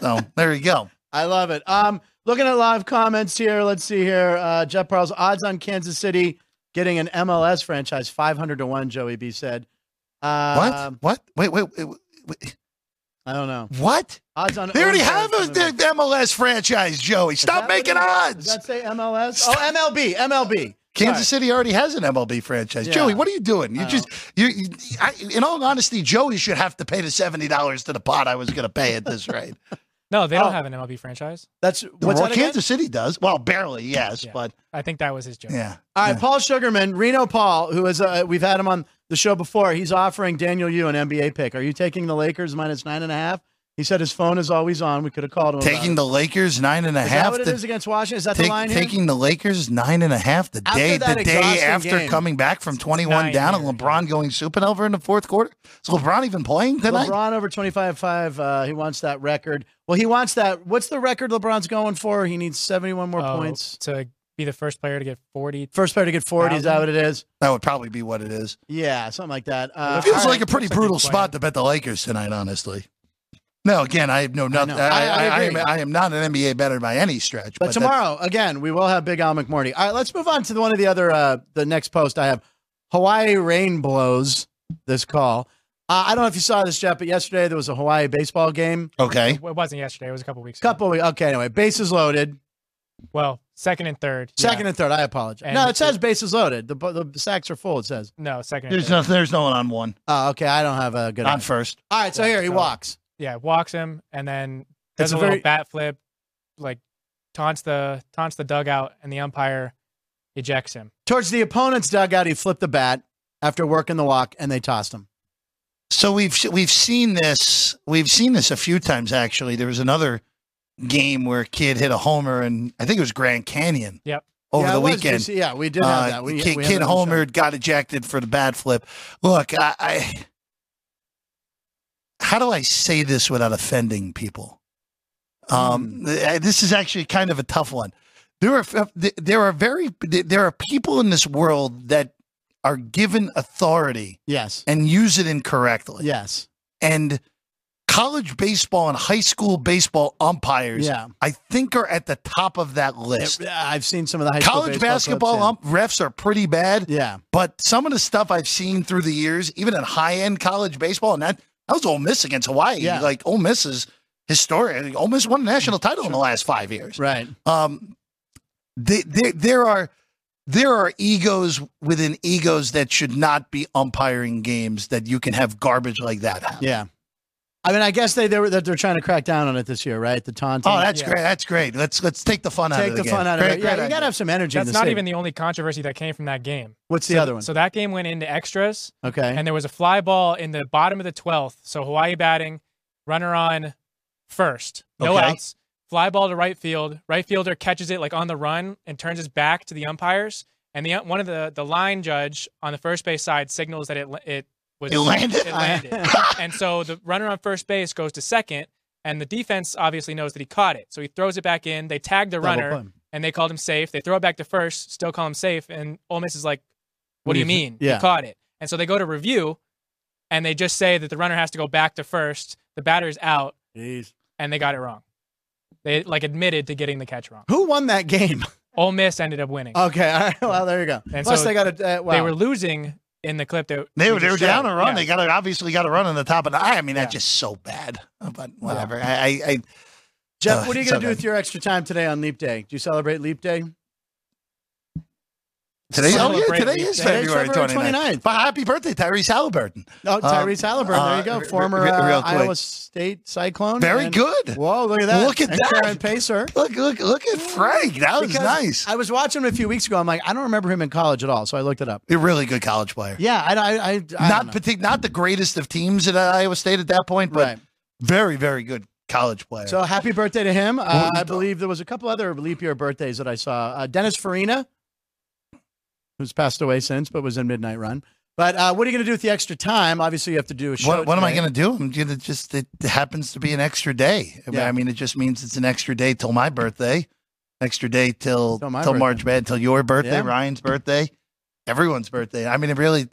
Speaker 8: so there you go.
Speaker 1: I love it. Um, looking at live comments here. Let's see here. Uh, Jeff Parles odds on Kansas City getting an MLS franchise five hundred to one. Joey B said.
Speaker 8: What?
Speaker 1: Uh,
Speaker 8: what? Wait, wait, wait, wait.
Speaker 1: I don't know.
Speaker 8: What?
Speaker 1: Odds on
Speaker 8: They already
Speaker 1: Orange
Speaker 8: have a
Speaker 1: County.
Speaker 8: the MLS franchise, Joey.
Speaker 1: Is
Speaker 8: Stop
Speaker 1: that what
Speaker 8: making
Speaker 1: it is?
Speaker 8: odds.
Speaker 1: Does that say MLS? Oh, MLB, MLB.
Speaker 8: Kansas
Speaker 1: Sorry.
Speaker 8: City already has an MLB franchise.
Speaker 1: Yeah.
Speaker 8: Joey, what are you doing? You
Speaker 1: I
Speaker 8: just you. you I, in all honesty, Joey should have to pay the seventy dollars to the pot I was going to pay at this rate.
Speaker 2: No, they
Speaker 1: Oh.
Speaker 2: don't have an MLB franchise.
Speaker 1: That's what's
Speaker 8: well,
Speaker 1: that again?
Speaker 8: Kansas City does. Well, barely, yes,
Speaker 2: Yeah.
Speaker 8: but
Speaker 2: I think that was his joke.
Speaker 8: yeah.
Speaker 1: All right,
Speaker 8: Yeah.
Speaker 1: Paul Sugarman, Reno Paul, who is uh, we've had him on the show before. He's offering Daniel Yu an NBA pick. Are you taking the Lakers minus nine and a half? He said his phone is always on. We could have called him. about
Speaker 8: taking
Speaker 1: it.
Speaker 8: the Lakers nine and a
Speaker 1: is that
Speaker 8: half.
Speaker 1: what it
Speaker 8: to-
Speaker 1: is against Washington? Is that
Speaker 8: take-
Speaker 1: the line here?
Speaker 8: taking the Lakers nine and a half the
Speaker 1: After
Speaker 8: day
Speaker 1: that
Speaker 8: the day
Speaker 1: exhausting
Speaker 8: after
Speaker 1: game.
Speaker 8: coming back from twenty one
Speaker 2: nine
Speaker 8: down
Speaker 2: here.
Speaker 8: and LeBron going supernova in the fourth quarter. Is LeBron even playing tonight?
Speaker 1: LeBron over 25-5. Uh, he wants that record. Well, he wants that. What's the record LeBron's going for? He needs 71 more
Speaker 2: Oh,
Speaker 1: points.
Speaker 2: to be the first player to get 40.
Speaker 1: First player to get 40. Is that what it is?
Speaker 8: That would probably be what it is.
Speaker 1: Yeah, something like that. Uh,
Speaker 8: Feels
Speaker 1: all
Speaker 8: like
Speaker 1: right.
Speaker 8: a pretty
Speaker 2: Looks like
Speaker 8: brutal
Speaker 2: he's playing.
Speaker 8: spot to bet the Lakers tonight, honestly. No, again, I know nothing.
Speaker 1: know.
Speaker 8: I, I,
Speaker 1: I- I
Speaker 8: I am,
Speaker 1: agree.
Speaker 8: I am not an NBA better by any stretch.
Speaker 1: But,
Speaker 8: that's-
Speaker 1: tomorrow, again, we will have Big Al McMorty. All right, let's move on to the, one of the other, uh, the next post I have. Hawaii rain blows this call. Uh, I don't know if you saw this, Jeff, but yesterday there was a Hawaii baseball game.
Speaker 8: okay.
Speaker 2: It wasn't yesterday. It was a couple weeks
Speaker 1: Couple, okay, anyway, bases loaded,
Speaker 2: ago. Well, second and third.
Speaker 1: second
Speaker 2: yeah.
Speaker 1: and third. I apologize.
Speaker 2: And
Speaker 1: no, it
Speaker 2: it-
Speaker 1: says bases loaded. The, the sacks are full, it says.
Speaker 2: No, second and
Speaker 8: There's
Speaker 2: third.
Speaker 8: no, there's no one on one.
Speaker 1: Oh, okay, I don't have a good
Speaker 8: On
Speaker 1: idea.
Speaker 8: first.
Speaker 1: All right, so
Speaker 2: Yeah,
Speaker 1: here he
Speaker 2: so-
Speaker 1: walks.
Speaker 2: yeah, walks him and then
Speaker 1: It's
Speaker 2: does a
Speaker 1: a
Speaker 2: little
Speaker 1: very-
Speaker 2: bat flip, like taunts the taunts the dugout and the umpire ejects him.
Speaker 1: Towards the opponent's dugout, he flipped the bat after working the walk, and they tossed him.
Speaker 8: So we've we've seen this we've seen this a few times actually. There was another game where a kid hit a homer, and I think it was Grand Canyon.
Speaker 2: Yep.
Speaker 8: Over
Speaker 1: Yeah,
Speaker 8: the
Speaker 1: it was
Speaker 8: weekend,
Speaker 1: DC yeah, we did have
Speaker 8: Uh,
Speaker 1: that. We,
Speaker 8: kid
Speaker 1: we had
Speaker 8: kid
Speaker 1: that on the show.
Speaker 8: homered, got ejected for the bad flip. Look, I, I how do I say this without offending people?
Speaker 1: Hmm.
Speaker 8: Um, th- this is actually kind of a tough one. There are f- th- there are very there are people in this world that are given authority
Speaker 1: Yes,
Speaker 8: and use it incorrectly.
Speaker 1: yes,
Speaker 8: And college baseball and high school baseball umpires,
Speaker 1: yeah.
Speaker 8: I think, are at the top of that list.
Speaker 1: Yeah, I've seen some of the high school
Speaker 8: college
Speaker 1: baseball
Speaker 8: basketball
Speaker 1: clips,
Speaker 8: ump refs are pretty bad.
Speaker 1: yeah. Yeah,
Speaker 8: But some of the stuff I've seen through the years, even in high end college baseball, and that that was Ole Miss against Hawaii.
Speaker 1: Yeah. Mm,
Speaker 8: Like Ole Miss is historic. Ole Miss won a national title in the last five years.
Speaker 1: right.
Speaker 8: Um, they, they, there are there are egos within egos that should not be umpiring games that you can have garbage like that. happen.
Speaker 1: Yeah, I mean, I guess they they were that they're trying to crack down on it this year, right? The taunting.
Speaker 8: Oh, that's
Speaker 2: Yeah.
Speaker 8: great. That's great. Let's let's take the fun out
Speaker 1: Take
Speaker 8: of
Speaker 1: the
Speaker 8: game.
Speaker 1: fun out
Speaker 8: Great,
Speaker 1: of it. Yeah,
Speaker 8: great
Speaker 1: you gotta
Speaker 8: idea.
Speaker 1: have some energy. in
Speaker 2: That's
Speaker 1: the
Speaker 2: not
Speaker 1: city.
Speaker 2: even the only controversy that came from that game.
Speaker 1: What's the
Speaker 2: So-
Speaker 1: other one?
Speaker 2: So that game went into extras,
Speaker 1: okay.
Speaker 2: and there was a fly ball in the bottom of the 12th. So Hawaii batting, runner on first, no
Speaker 8: Okay.
Speaker 2: outs. Fly ball to right field. Right fielder catches it like on the run and turns his back to the umpires. And the one of the the line judge on the first base side signals that it it was
Speaker 8: It landed?
Speaker 2: It landed. and so the runner on first base goes to second, and the defense obviously knows that he caught it. So he throws it back in. They tag the
Speaker 1: Double
Speaker 2: runner
Speaker 1: play.
Speaker 2: and they called him safe. They throw it back to first, still call him safe, and Ole Miss is like, "What do you mean?
Speaker 1: Yeah.
Speaker 2: You caught it." And so they go to review, and they just say that the runner has to go back to first. The batter's out,
Speaker 1: Jeez.
Speaker 2: and they got it wrong. They like admitted to getting the catch wrong.
Speaker 1: Who won that game?
Speaker 2: Ole Miss ended up winning.
Speaker 1: Okay. All right. Well, there you go.
Speaker 2: And
Speaker 1: Plus,
Speaker 2: so
Speaker 1: they got a. Uh, Oh, wow.
Speaker 2: They were losing in the clip that
Speaker 8: They
Speaker 2: we
Speaker 8: were they were
Speaker 2: just
Speaker 8: down
Speaker 2: showed.
Speaker 8: a run.
Speaker 2: Yeah.
Speaker 8: They got to obviously got to run on the top of the eye. I mean, that's
Speaker 2: Yeah.
Speaker 8: just so bad. But whatever. I, I, I
Speaker 1: Jeff,
Speaker 8: Ugh,
Speaker 1: what are you
Speaker 8: it's
Speaker 1: going to do
Speaker 8: okay.
Speaker 1: with your extra time today on Leap Day? Do you celebrate Leap Day?
Speaker 8: today. Oh yeah,
Speaker 2: Celebrate
Speaker 8: today
Speaker 2: Leap
Speaker 8: is
Speaker 1: Day.
Speaker 8: February
Speaker 1: Today's February
Speaker 8: 29th.
Speaker 1: 29th.
Speaker 8: But happy birthday, Tyrese Halliburton.
Speaker 1: Oh,
Speaker 8: Uh,
Speaker 1: Tyrese Halliburton. there you
Speaker 8: uh,
Speaker 1: go.
Speaker 8: re- re-
Speaker 1: Former
Speaker 8: re-
Speaker 1: uh,
Speaker 8: real quick.
Speaker 1: Iowa State Cyclone.
Speaker 8: Very
Speaker 1: and-
Speaker 8: good.
Speaker 1: Whoa, look at that.
Speaker 8: Look at
Speaker 1: And
Speaker 8: that.
Speaker 1: Current pacer.
Speaker 8: Look, look, look at Frank. That was
Speaker 1: Because
Speaker 8: nice.
Speaker 1: I was watching him a few weeks ago. I'm like, I don't remember him in college at all. So I looked it up.
Speaker 8: A really good college player.
Speaker 1: Yeah, I, I, I, I
Speaker 8: not
Speaker 1: don't know.
Speaker 8: partic- not the greatest of teams at Iowa State at that point, but
Speaker 1: right.
Speaker 8: very, very good college player.
Speaker 1: So happy birthday to him. Uh,
Speaker 8: was
Speaker 1: I
Speaker 8: the-
Speaker 1: believe there was a couple other leap year birthdays that I saw. Uh, Dennis Farina, who's passed away since, but was in Midnight Run. But uh, what are you going to do with the extra time? Obviously, you have to do a show.
Speaker 8: what, what am I
Speaker 1: today.
Speaker 8: going to do? I'm gonna just it happens to be an extra day. I mean,
Speaker 1: Yeah.
Speaker 8: I mean, it just means it's an extra day till my birthday, extra day
Speaker 1: Till
Speaker 8: till till,
Speaker 1: my birthday.
Speaker 8: March Mad, till your birthday,
Speaker 1: Yeah.
Speaker 8: Ryan's birthday, everyone's birthday. I mean, it really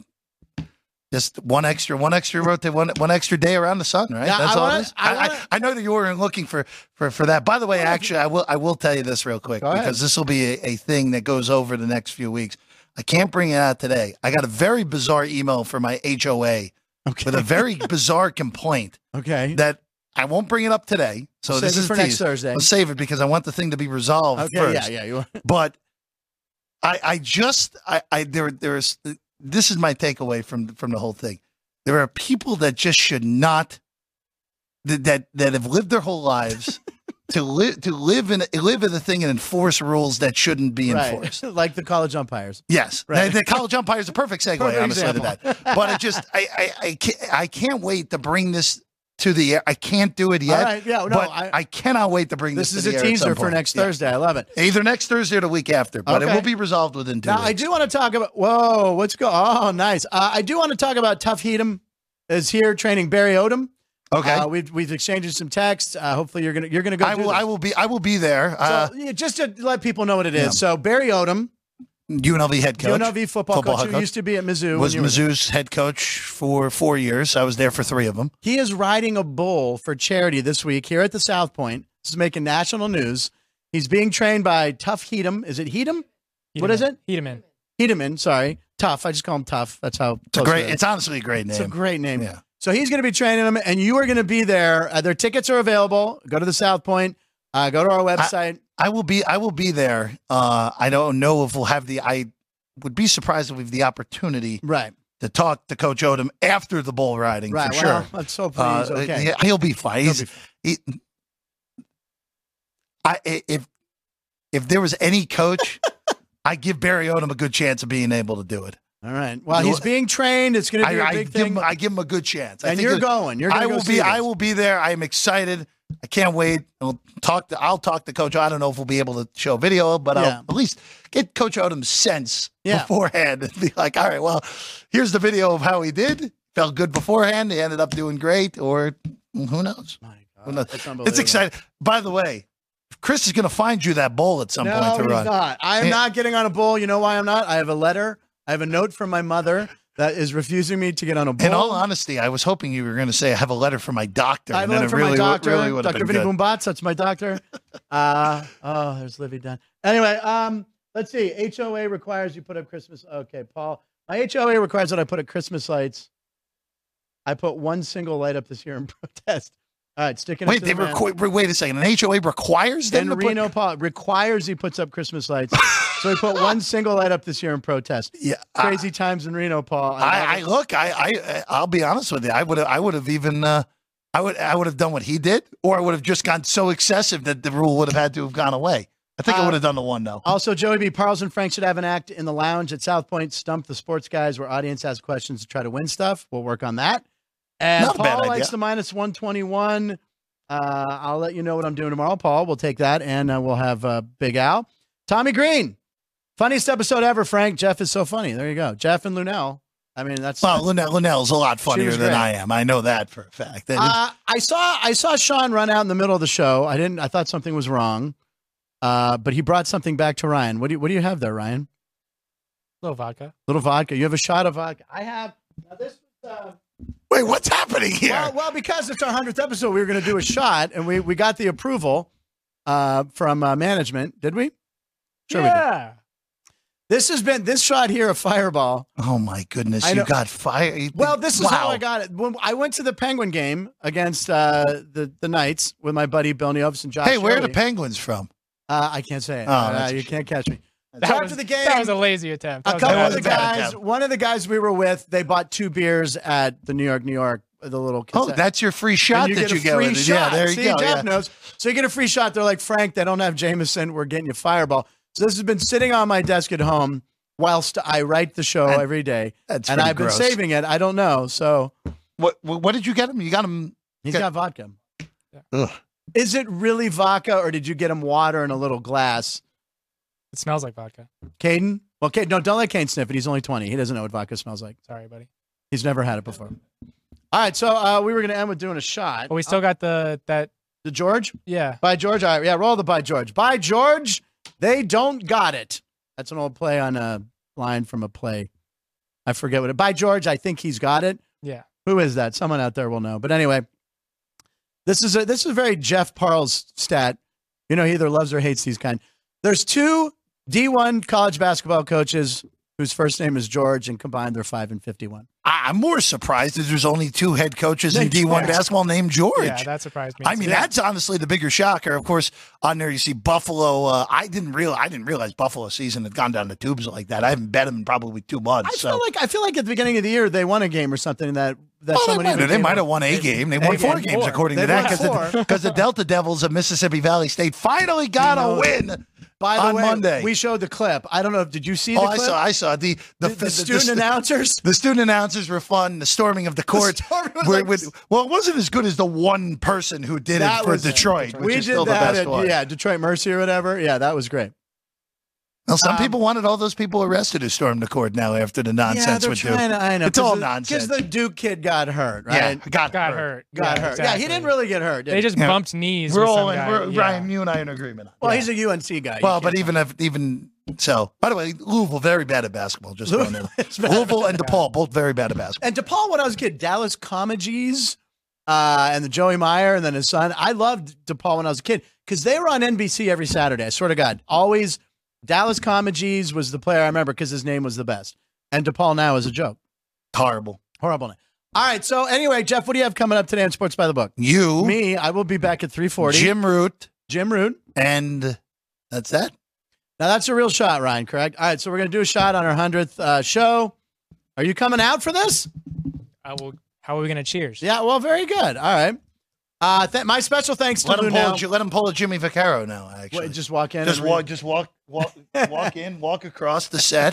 Speaker 8: just one extra, one extra birthday, one one extra day around the sun, right?
Speaker 1: Yeah,
Speaker 8: That's
Speaker 1: I
Speaker 8: all.
Speaker 1: wanna-
Speaker 8: it is.
Speaker 1: I
Speaker 8: I, I,
Speaker 1: wanna-
Speaker 8: I know that you were looking for for for that. By the way, actually, I will I will tell you this real quick
Speaker 1: Go ahead.
Speaker 8: because this will be a, a thing that goes over the next few weeks. I can't bring it out today. I got a very bizarre email from my HOA
Speaker 1: Okay.
Speaker 8: with a very bizarre complaint
Speaker 1: okay.
Speaker 8: that I won't bring it up today. So
Speaker 1: Save
Speaker 8: this
Speaker 1: it
Speaker 8: is
Speaker 1: for
Speaker 8: a
Speaker 1: next
Speaker 8: tease.
Speaker 1: Thursday.
Speaker 8: I'll save it because I want the thing to be resolved
Speaker 1: Okay.
Speaker 8: first.
Speaker 1: Yeah. Yeah. You are.
Speaker 8: But I, I just, I, I, there, there is. This is my takeaway from from the whole thing. There are people that just should not, that that, that have lived their whole lives to live to live in live in the thing and enforce rules that shouldn't be enforced.
Speaker 1: Right. like the college umpires.
Speaker 8: Yes,
Speaker 1: Right.
Speaker 8: the, the college umpire is a perfect segue,
Speaker 1: Perfect
Speaker 8: honestly, to
Speaker 1: example.
Speaker 8: that. But it just, I, I, I can't, I can't wait to bring this to the air. I can't do it yet.
Speaker 1: All right. Yeah. No.
Speaker 8: but
Speaker 1: I,
Speaker 8: I, cannot wait to bring this.
Speaker 1: this is
Speaker 8: to the
Speaker 1: a
Speaker 8: air at some
Speaker 1: teaser for
Speaker 8: point.
Speaker 1: next
Speaker 8: Yeah.
Speaker 1: Thursday. I love it.
Speaker 8: either next Thursday or the week after. But
Speaker 1: Okay.
Speaker 8: it will be resolved within two.
Speaker 1: Now
Speaker 8: weeks.
Speaker 1: I do want to talk about. Whoa, what's go? Oh, nice. Uh, I do want to talk about Tough Heatem is here training Barry Odom.
Speaker 8: Okay,
Speaker 1: Uh, we've we've exchanged some texts. Uh, hopefully you're gonna you're gonna go.
Speaker 8: I
Speaker 1: do
Speaker 8: will.
Speaker 1: this.
Speaker 8: I will be. I will be there.
Speaker 1: So,
Speaker 8: uh,
Speaker 1: yeah, just to let people know what it is.
Speaker 8: yeah.
Speaker 1: So Barry Odom,
Speaker 8: UNLV head coach.
Speaker 1: UNLV football,
Speaker 8: Football
Speaker 1: coach,
Speaker 8: head
Speaker 1: who
Speaker 8: coach.
Speaker 1: used to be at Mizzou.
Speaker 8: was
Speaker 1: when you were there.
Speaker 8: Mizzou's head coach for four years. I was there for three of them.
Speaker 1: He is riding a bull for charity this week here at the South Point. This is making national news. He's being trained by Tough Heatem. Is it Heatem? What is it?
Speaker 2: Hedeman.
Speaker 1: Heateman, sorry. Tough. I just call him Tough. That's how
Speaker 8: It's a great. It's honestly a great
Speaker 1: It's a
Speaker 8: name.
Speaker 1: great name.
Speaker 8: Yeah.
Speaker 1: So he's going to be training them, and you are going to be there. Uh, their tickets are available. Go to the South Point. Uh, go to our website.
Speaker 8: I will be I will be there. Uh, I don't know if we'll have the I would be surprised if we have the opportunity
Speaker 1: right.
Speaker 8: to talk to Coach Odom after the bull riding
Speaker 1: Right.
Speaker 8: for
Speaker 1: Well,
Speaker 8: sure.
Speaker 1: let's hope
Speaker 8: Uh,
Speaker 1: he's okay.
Speaker 8: he- He'll be fine.
Speaker 1: He'll
Speaker 8: He's, he- I i- if if there was any coach, I give Barry Odom a good chance of being able to do it.
Speaker 1: All right. Well,
Speaker 8: You-
Speaker 1: he's being trained. It's going to
Speaker 8: I,
Speaker 1: be a
Speaker 8: I
Speaker 1: big
Speaker 8: give
Speaker 1: thing.
Speaker 8: him I give him a good chance. I
Speaker 1: and you're
Speaker 8: it-
Speaker 1: going. You're going
Speaker 8: I
Speaker 1: to go
Speaker 8: will
Speaker 1: see
Speaker 8: be.
Speaker 1: this.
Speaker 8: I will be there. I am excited. I can't wait. I'll talk to. I'll talk to Coach. I don't know if we'll be able to show video, but
Speaker 1: Yeah.
Speaker 8: I'll at least get Coach Odom's sense
Speaker 1: Yeah.
Speaker 8: beforehand and be like, all right, well, here's the video of how he did. Felt good beforehand. He ended up doing great, or who knows?
Speaker 1: My
Speaker 8: Who
Speaker 1: God,
Speaker 8: knows?
Speaker 1: that's
Speaker 8: It's
Speaker 1: unbelievable.
Speaker 8: exciting. By the way, Chris is going to find you that bowl at some
Speaker 1: no,
Speaker 8: point to
Speaker 1: he's
Speaker 8: run.
Speaker 1: not. I am
Speaker 8: Yeah.
Speaker 1: not getting on a bull. You know why I'm not? I have a letter. I have a note from my mother that is refusing me to get on a bull.
Speaker 8: In all honesty, I was hoping you were going to say, "I have a letter from my doctor."
Speaker 1: I have a
Speaker 8: and then
Speaker 1: letter
Speaker 8: it
Speaker 1: from my
Speaker 8: really would-
Speaker 1: doctor,
Speaker 8: really would have
Speaker 1: Dr.
Speaker 8: been
Speaker 1: Vinny
Speaker 8: good.
Speaker 1: Boombots. That's my doctor. Uh, oh, there's Livy Dunn. Anyway, um, let's see. HOA requires you put up Christmas. Okay, Paul. My HOA requires that I put up Christmas lights. I put one single light up this year in protest. All right, sticking. it
Speaker 8: Wait,
Speaker 1: to
Speaker 8: they
Speaker 1: the man.
Speaker 8: requ- wait a second. An HOA requires them
Speaker 1: And
Speaker 8: to put-
Speaker 1: Reno Paul requires he puts up Christmas lights. so he put one single light up this year in protest.
Speaker 8: Yeah, I,
Speaker 1: Crazy times in Reno, Paul.
Speaker 8: I,
Speaker 1: love
Speaker 8: I
Speaker 1: it.
Speaker 8: look. I, I, I'll be honest with you. I would, I would have even, uh, I would I would have done what he did, or I would have just gone so excessive that the rule would have had to have gone away. I think I
Speaker 1: Uh,
Speaker 8: would have done the one though.
Speaker 1: Also, Joey B. Parles and Frank should have an act in the lounge at South Point. Stump the sports guys where audience asks questions to try to win stuff. We'll work on that. And
Speaker 8: Not a
Speaker 1: Paul
Speaker 8: bad idea.
Speaker 1: likes the minus 121. Uh, I'll let you know what I'm doing tomorrow, Paul. We'll take that and uh, we'll have uh, Big Al. Tommy Green. Funniest episode ever, Frank. Jeff is so funny. There you go. Jeff and Lunell. I mean, that's.
Speaker 8: Well, Linnell, Linnell's a lot funnier
Speaker 1: was
Speaker 8: than
Speaker 1: great.
Speaker 8: I am. I know that for a fact. That is-
Speaker 1: Uh, I saw I saw Sean run out in the middle of the show. I didn't. I thought something was wrong, uh, but he brought something back to Ryan. What do you, What do you have there, Ryan?
Speaker 2: little vodka.
Speaker 1: Little vodka. You have a shot of vodka. I have. Now this was. Uh,
Speaker 8: wait, what's happening here?
Speaker 1: well, well, because it's our hundredth episode, we were going to do a shot, and we we got the approval uh, from uh, management. Did we? Sure, we did.
Speaker 2: yeah.
Speaker 1: This has been this shot here of Fireball.
Speaker 8: oh my goodness,
Speaker 1: I
Speaker 8: you
Speaker 1: know-
Speaker 8: got fired.
Speaker 1: Well, this is how
Speaker 8: Wow.
Speaker 1: I got it. When I went to the Penguin game against uh, the the Knights with my buddy Bill Neovis and Josh.
Speaker 8: Hey, where are the
Speaker 1: Shirley.
Speaker 8: Penguins from?
Speaker 1: Uh, I can't say it.
Speaker 8: Oh,
Speaker 1: uh,
Speaker 8: that's
Speaker 1: you
Speaker 8: true.
Speaker 1: can't catch me.
Speaker 2: That
Speaker 1: After
Speaker 2: was,
Speaker 1: the game,
Speaker 2: That was a lazy attempt.
Speaker 1: a
Speaker 2: That was
Speaker 1: couple
Speaker 8: bad
Speaker 1: of
Speaker 2: bad
Speaker 1: the
Speaker 8: attempt. That was a bad
Speaker 1: guys,
Speaker 8: attempt.
Speaker 1: one of the guys we were with, they bought two beers at the New York, New York, the little.
Speaker 8: Oh,
Speaker 1: cassette-
Speaker 8: that's your free shot
Speaker 1: and you
Speaker 8: that
Speaker 1: get
Speaker 8: you
Speaker 1: a
Speaker 8: get.
Speaker 1: free
Speaker 8: with it.
Speaker 1: shot.
Speaker 8: Yeah, there you
Speaker 1: See,
Speaker 8: go.
Speaker 1: Jeff
Speaker 8: yeah.
Speaker 1: knows. So you get a free shot. They're like, Frank, they don't have Jameson. We're getting you Fireball. So this has been sitting on my desk at home whilst I write the show
Speaker 8: That-
Speaker 1: every day,
Speaker 8: That's
Speaker 1: and
Speaker 8: pretty
Speaker 1: I've
Speaker 8: gross.
Speaker 1: been saving it. I don't know. So
Speaker 8: What, what what did you get him? You got him.
Speaker 1: he's
Speaker 8: Okay.
Speaker 1: got vodka.
Speaker 8: Ugh.
Speaker 1: Is it really vodka, or did you get him water in a little glass?
Speaker 2: It smells like vodka.
Speaker 1: Caden? Well, Caden, no, don't let Caden sniff it. He's only 20. He doesn't know what vodka smells like.
Speaker 2: Sorry, buddy.
Speaker 1: He's never had it before. All right, so uh, we were going to end with doing a shot. Uh,
Speaker 2: But we still got the that.
Speaker 1: The George?
Speaker 2: Yeah.
Speaker 1: By George. All right, yeah, roll the by George. By George, they don't got it. That's an old play on a line from a play. I forget what it. By George, I think he's got it.
Speaker 2: Yeah.
Speaker 1: Who is that? Someone out there will know. But anyway, this is a this is very Jeff Parles stat. You know, he either loves or hates these kind. There's two D1 college basketball coaches whose first name is George, and combined they're five and fifty-one.
Speaker 8: I, I'm more surprised that there's only two head coaches in
Speaker 1: Named
Speaker 8: D1
Speaker 1: George.
Speaker 8: basketball named George.
Speaker 2: Yeah, that surprised me.
Speaker 8: I mean,
Speaker 2: Yeah.
Speaker 8: that's honestly the bigger shocker. Of course, on there you see Buffalo. Uh, I didn't real I didn't realize Buffalo season had gone down the tubes like that. I haven't bet them in probably two months.
Speaker 1: I
Speaker 8: so
Speaker 1: feel like I feel like at the beginning of the year they won a game or something that that
Speaker 8: Well, they
Speaker 1: somebody
Speaker 8: might, have, they
Speaker 1: became
Speaker 8: might
Speaker 1: a-
Speaker 8: have won a game. They won
Speaker 1: they
Speaker 8: four
Speaker 1: won
Speaker 8: games
Speaker 1: four.
Speaker 8: according to
Speaker 1: They
Speaker 8: that
Speaker 1: won four.
Speaker 8: because the, Delta Devils of Mississippi Valley State finally got
Speaker 1: You know,
Speaker 8: a win.
Speaker 1: By the
Speaker 8: on
Speaker 1: way,
Speaker 8: Monday.
Speaker 1: we showed the clip. I don't know. if Did you see
Speaker 8: Oh,
Speaker 1: the
Speaker 8: I
Speaker 1: clip?
Speaker 8: saw, I saw the the,
Speaker 1: the, the
Speaker 8: the-
Speaker 1: student announcers.
Speaker 8: the student announcers were fun. The storming of the court.
Speaker 1: storming was like-
Speaker 8: well, it wasn't as good as the one person who did
Speaker 1: That
Speaker 8: it for
Speaker 1: was it.
Speaker 8: Detroit, which
Speaker 1: we
Speaker 8: is
Speaker 1: did
Speaker 8: still the
Speaker 1: that
Speaker 8: best
Speaker 1: at
Speaker 8: one.
Speaker 1: yeah Detroit Mercy or whatever. Yeah, that was great.
Speaker 8: Now, some
Speaker 1: Um,
Speaker 8: people wanted all those people arrested who stormed the court now after the
Speaker 1: yeah,
Speaker 8: nonsense
Speaker 1: they're
Speaker 8: with Duke.
Speaker 1: trying to. I know.
Speaker 8: It's all
Speaker 1: Because
Speaker 8: nonsense.
Speaker 1: the Duke kid got hurt,
Speaker 8: yeah,
Speaker 1: right?
Speaker 8: got,
Speaker 2: got hurt.
Speaker 1: Got
Speaker 2: Yeah,
Speaker 1: hurt. Yeah,
Speaker 2: exactly.
Speaker 1: he didn't really get hurt. Did
Speaker 2: They
Speaker 1: he?
Speaker 2: just
Speaker 8: Yeah.
Speaker 2: bumped knees.
Speaker 8: We're
Speaker 2: with some
Speaker 8: all in,
Speaker 2: guy.
Speaker 8: we're,
Speaker 2: Yeah.
Speaker 8: Ryan, you and I are in agreement. On
Speaker 1: Well,
Speaker 8: that.
Speaker 1: he's a UNC guy. You
Speaker 8: Well, but
Speaker 1: can't-
Speaker 8: even if even so, by the way, Louisville very bad at basketball. Just throwing
Speaker 1: Louisville
Speaker 8: it.
Speaker 1: is bad at
Speaker 8: Louisville and DePaul both very bad at basketball.
Speaker 1: and DePaul, when I was a kid, Dallas Comedies uh, and the Joey Meyer and then his son. I loved DePaul when I was a kid because they were on NBC every Saturday. I swear to God, always Dallas Comedies was the player I remember because his name was the best. And DePaul now is a joke.
Speaker 8: Horrible.
Speaker 1: Horrible name. All right. So anyway, Jeff, what do you have coming up today on Sports by the Book?
Speaker 8: You,
Speaker 1: Me, I will be back at 340.
Speaker 8: Jim Root,
Speaker 1: Jim Root.
Speaker 8: and that's that.
Speaker 1: Now that's a real shot, Ryan, correct? All right. So we're going to do a shot on our 100th uh, show. Are you coming out for this?
Speaker 2: I will. How are we gonna cheers?
Speaker 1: Yeah. Well, very good. All right. Uh, th- my special thanks to
Speaker 8: Let him, pull,
Speaker 1: Lunel.
Speaker 8: a Ju- let him pull a Jimmy Vaccaro now. Actually,
Speaker 1: Wait, just walk in.
Speaker 8: Just
Speaker 1: and read-
Speaker 8: walk, just walk, walk, walk in, walk across the set.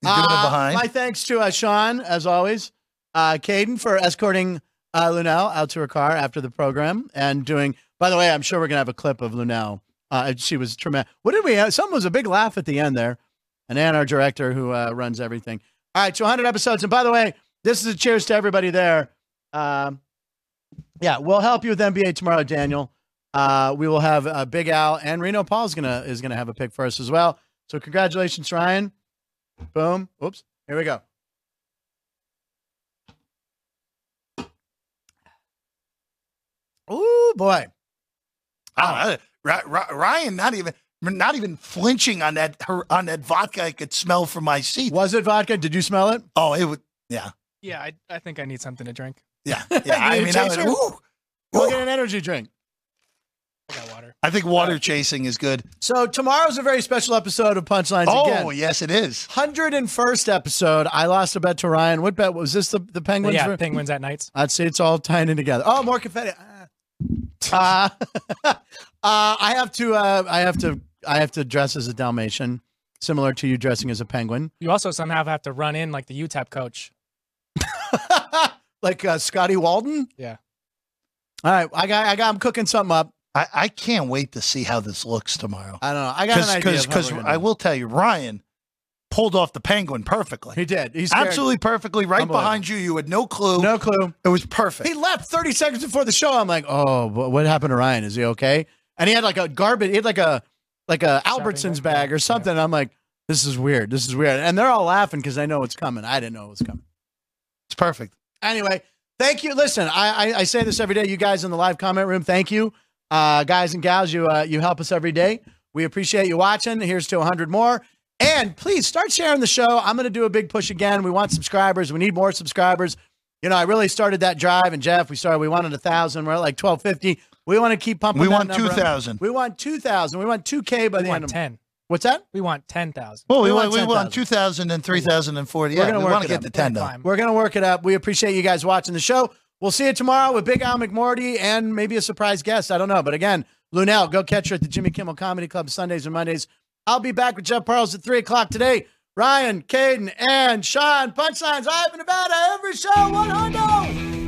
Speaker 8: He's doing
Speaker 1: Uh,
Speaker 8: it behind.
Speaker 1: My thanks to uh, Sean, as always, uh, Caden for escorting uh, Lunel out to her car after the program and doing. By the way, I'm sure we're gonna have a clip of Lunel. Uh, she was tremendous. What did we? Have? Someone was a big laugh at the end there, and Ann, our director, who uh, runs everything. All right, so 100 episodes, and by the way, this is a cheers to everybody there. Um, yeah, we'll help you with NBA tomorrow, Daniel. Uh, we will have uh, Big Al and Reno Paul is gonna is gonna have a pick for us as well. So congratulations, Ryan. Boom. Oops. Here we go. Ooh boy.
Speaker 8: Ah, Ry- Ry- Ryan, not even, not even flinching on that her- on that vodka. I could smell from my seat.
Speaker 1: Was it vodka? Did you smell it?
Speaker 8: Oh, it would.
Speaker 2: Yeah, I, I think I need something to drink.
Speaker 8: Yeah, yeah.
Speaker 1: You
Speaker 8: I mean, I
Speaker 1: taste
Speaker 8: would,
Speaker 1: her?
Speaker 8: ooh,
Speaker 1: Go
Speaker 8: ooh.
Speaker 1: get an energy drink.
Speaker 2: I got water.
Speaker 8: I think water chasing is good.
Speaker 1: So tomorrow's a very special episode of Punchlines
Speaker 8: Oh,
Speaker 1: again.
Speaker 8: yes, it is.
Speaker 1: 101st episode. I lost a bet to Ryan. What bet was this? The, the Penguins?
Speaker 2: yeah,
Speaker 1: were-
Speaker 2: penguins at nights.
Speaker 1: I'd say it's all tying in together. Oh, more confetti. Ah. Uh, uh, I have to. Uh, I have to. I have to dress as a Dalmatian, similar to you dressing as a penguin,
Speaker 2: You also somehow have to run in like the UTEP coach.
Speaker 1: like uh, Scotty Walden.
Speaker 2: Yeah.
Speaker 1: All right, I got. I got. I'm cooking something up.
Speaker 8: I, I can't wait to see how this looks tomorrow.
Speaker 1: I don't know. I got an idea. of
Speaker 8: Because
Speaker 1: how
Speaker 8: because
Speaker 1: we're gonna
Speaker 8: I
Speaker 1: do it.
Speaker 8: will tell you, Ryan pulled off the penguin perfectly.
Speaker 1: He did. He's scared.
Speaker 8: Absolutely perfectly, right
Speaker 1: Unbelievable.
Speaker 8: behind you. You had no clue.
Speaker 1: no clue.
Speaker 8: It was perfect.
Speaker 1: He left 30 seconds before the show. I'm like, oh, wh- what happened to Ryan? Is he okay? And he had like a garbage, he had like a like a Albertsons
Speaker 2: bag.
Speaker 1: bag or something. I'm like, this is weird. This is weird. And they're all laughing because they know it's coming. I didn't know it was coming.
Speaker 8: It's perfect.
Speaker 1: Anyway, thank you. Listen, I, I, I say this every day. You guys in the live comment room, thank you, uh, guys and gals. You uh, you help us every day. We appreciate you watching. Here's to 100 more. And please start sharing the show. I'm going to do a big push again. We want subscribers. We need more subscribers. You know, I really started that drive, and Jeff, we started. We wanted a thousand. We're at like 1250. We want to keep pumping.
Speaker 8: We
Speaker 1: that
Speaker 8: want
Speaker 1: number up.
Speaker 8: 2,000.
Speaker 1: We want 2,000. We want 2K by
Speaker 2: We
Speaker 1: the end
Speaker 2: want
Speaker 1: of
Speaker 2: ten.
Speaker 1: What's that?
Speaker 2: We want ten thousand.
Speaker 8: Well, we,
Speaker 1: We
Speaker 8: want,
Speaker 1: want
Speaker 8: we want
Speaker 1: 10,000.
Speaker 8: 2,000 and 3,040.
Speaker 1: We're
Speaker 8: Yeah,
Speaker 1: gonna
Speaker 8: we
Speaker 1: work
Speaker 8: want to
Speaker 1: it
Speaker 8: get
Speaker 1: up.
Speaker 8: to 10, though.
Speaker 1: We're going to work it up. We appreciate you guys watching the show. We'll see you tomorrow with Big Al McMorty and maybe a surprise guest. I don't know. But again, Lunel, go catch her at the Jimmy Kimmel Comedy Club Sundays and Mondays. I'll be back with Jeff Parles at 3 o'clock today. Ryan, Caden, and Sean. Punchlines live and about every show. 100.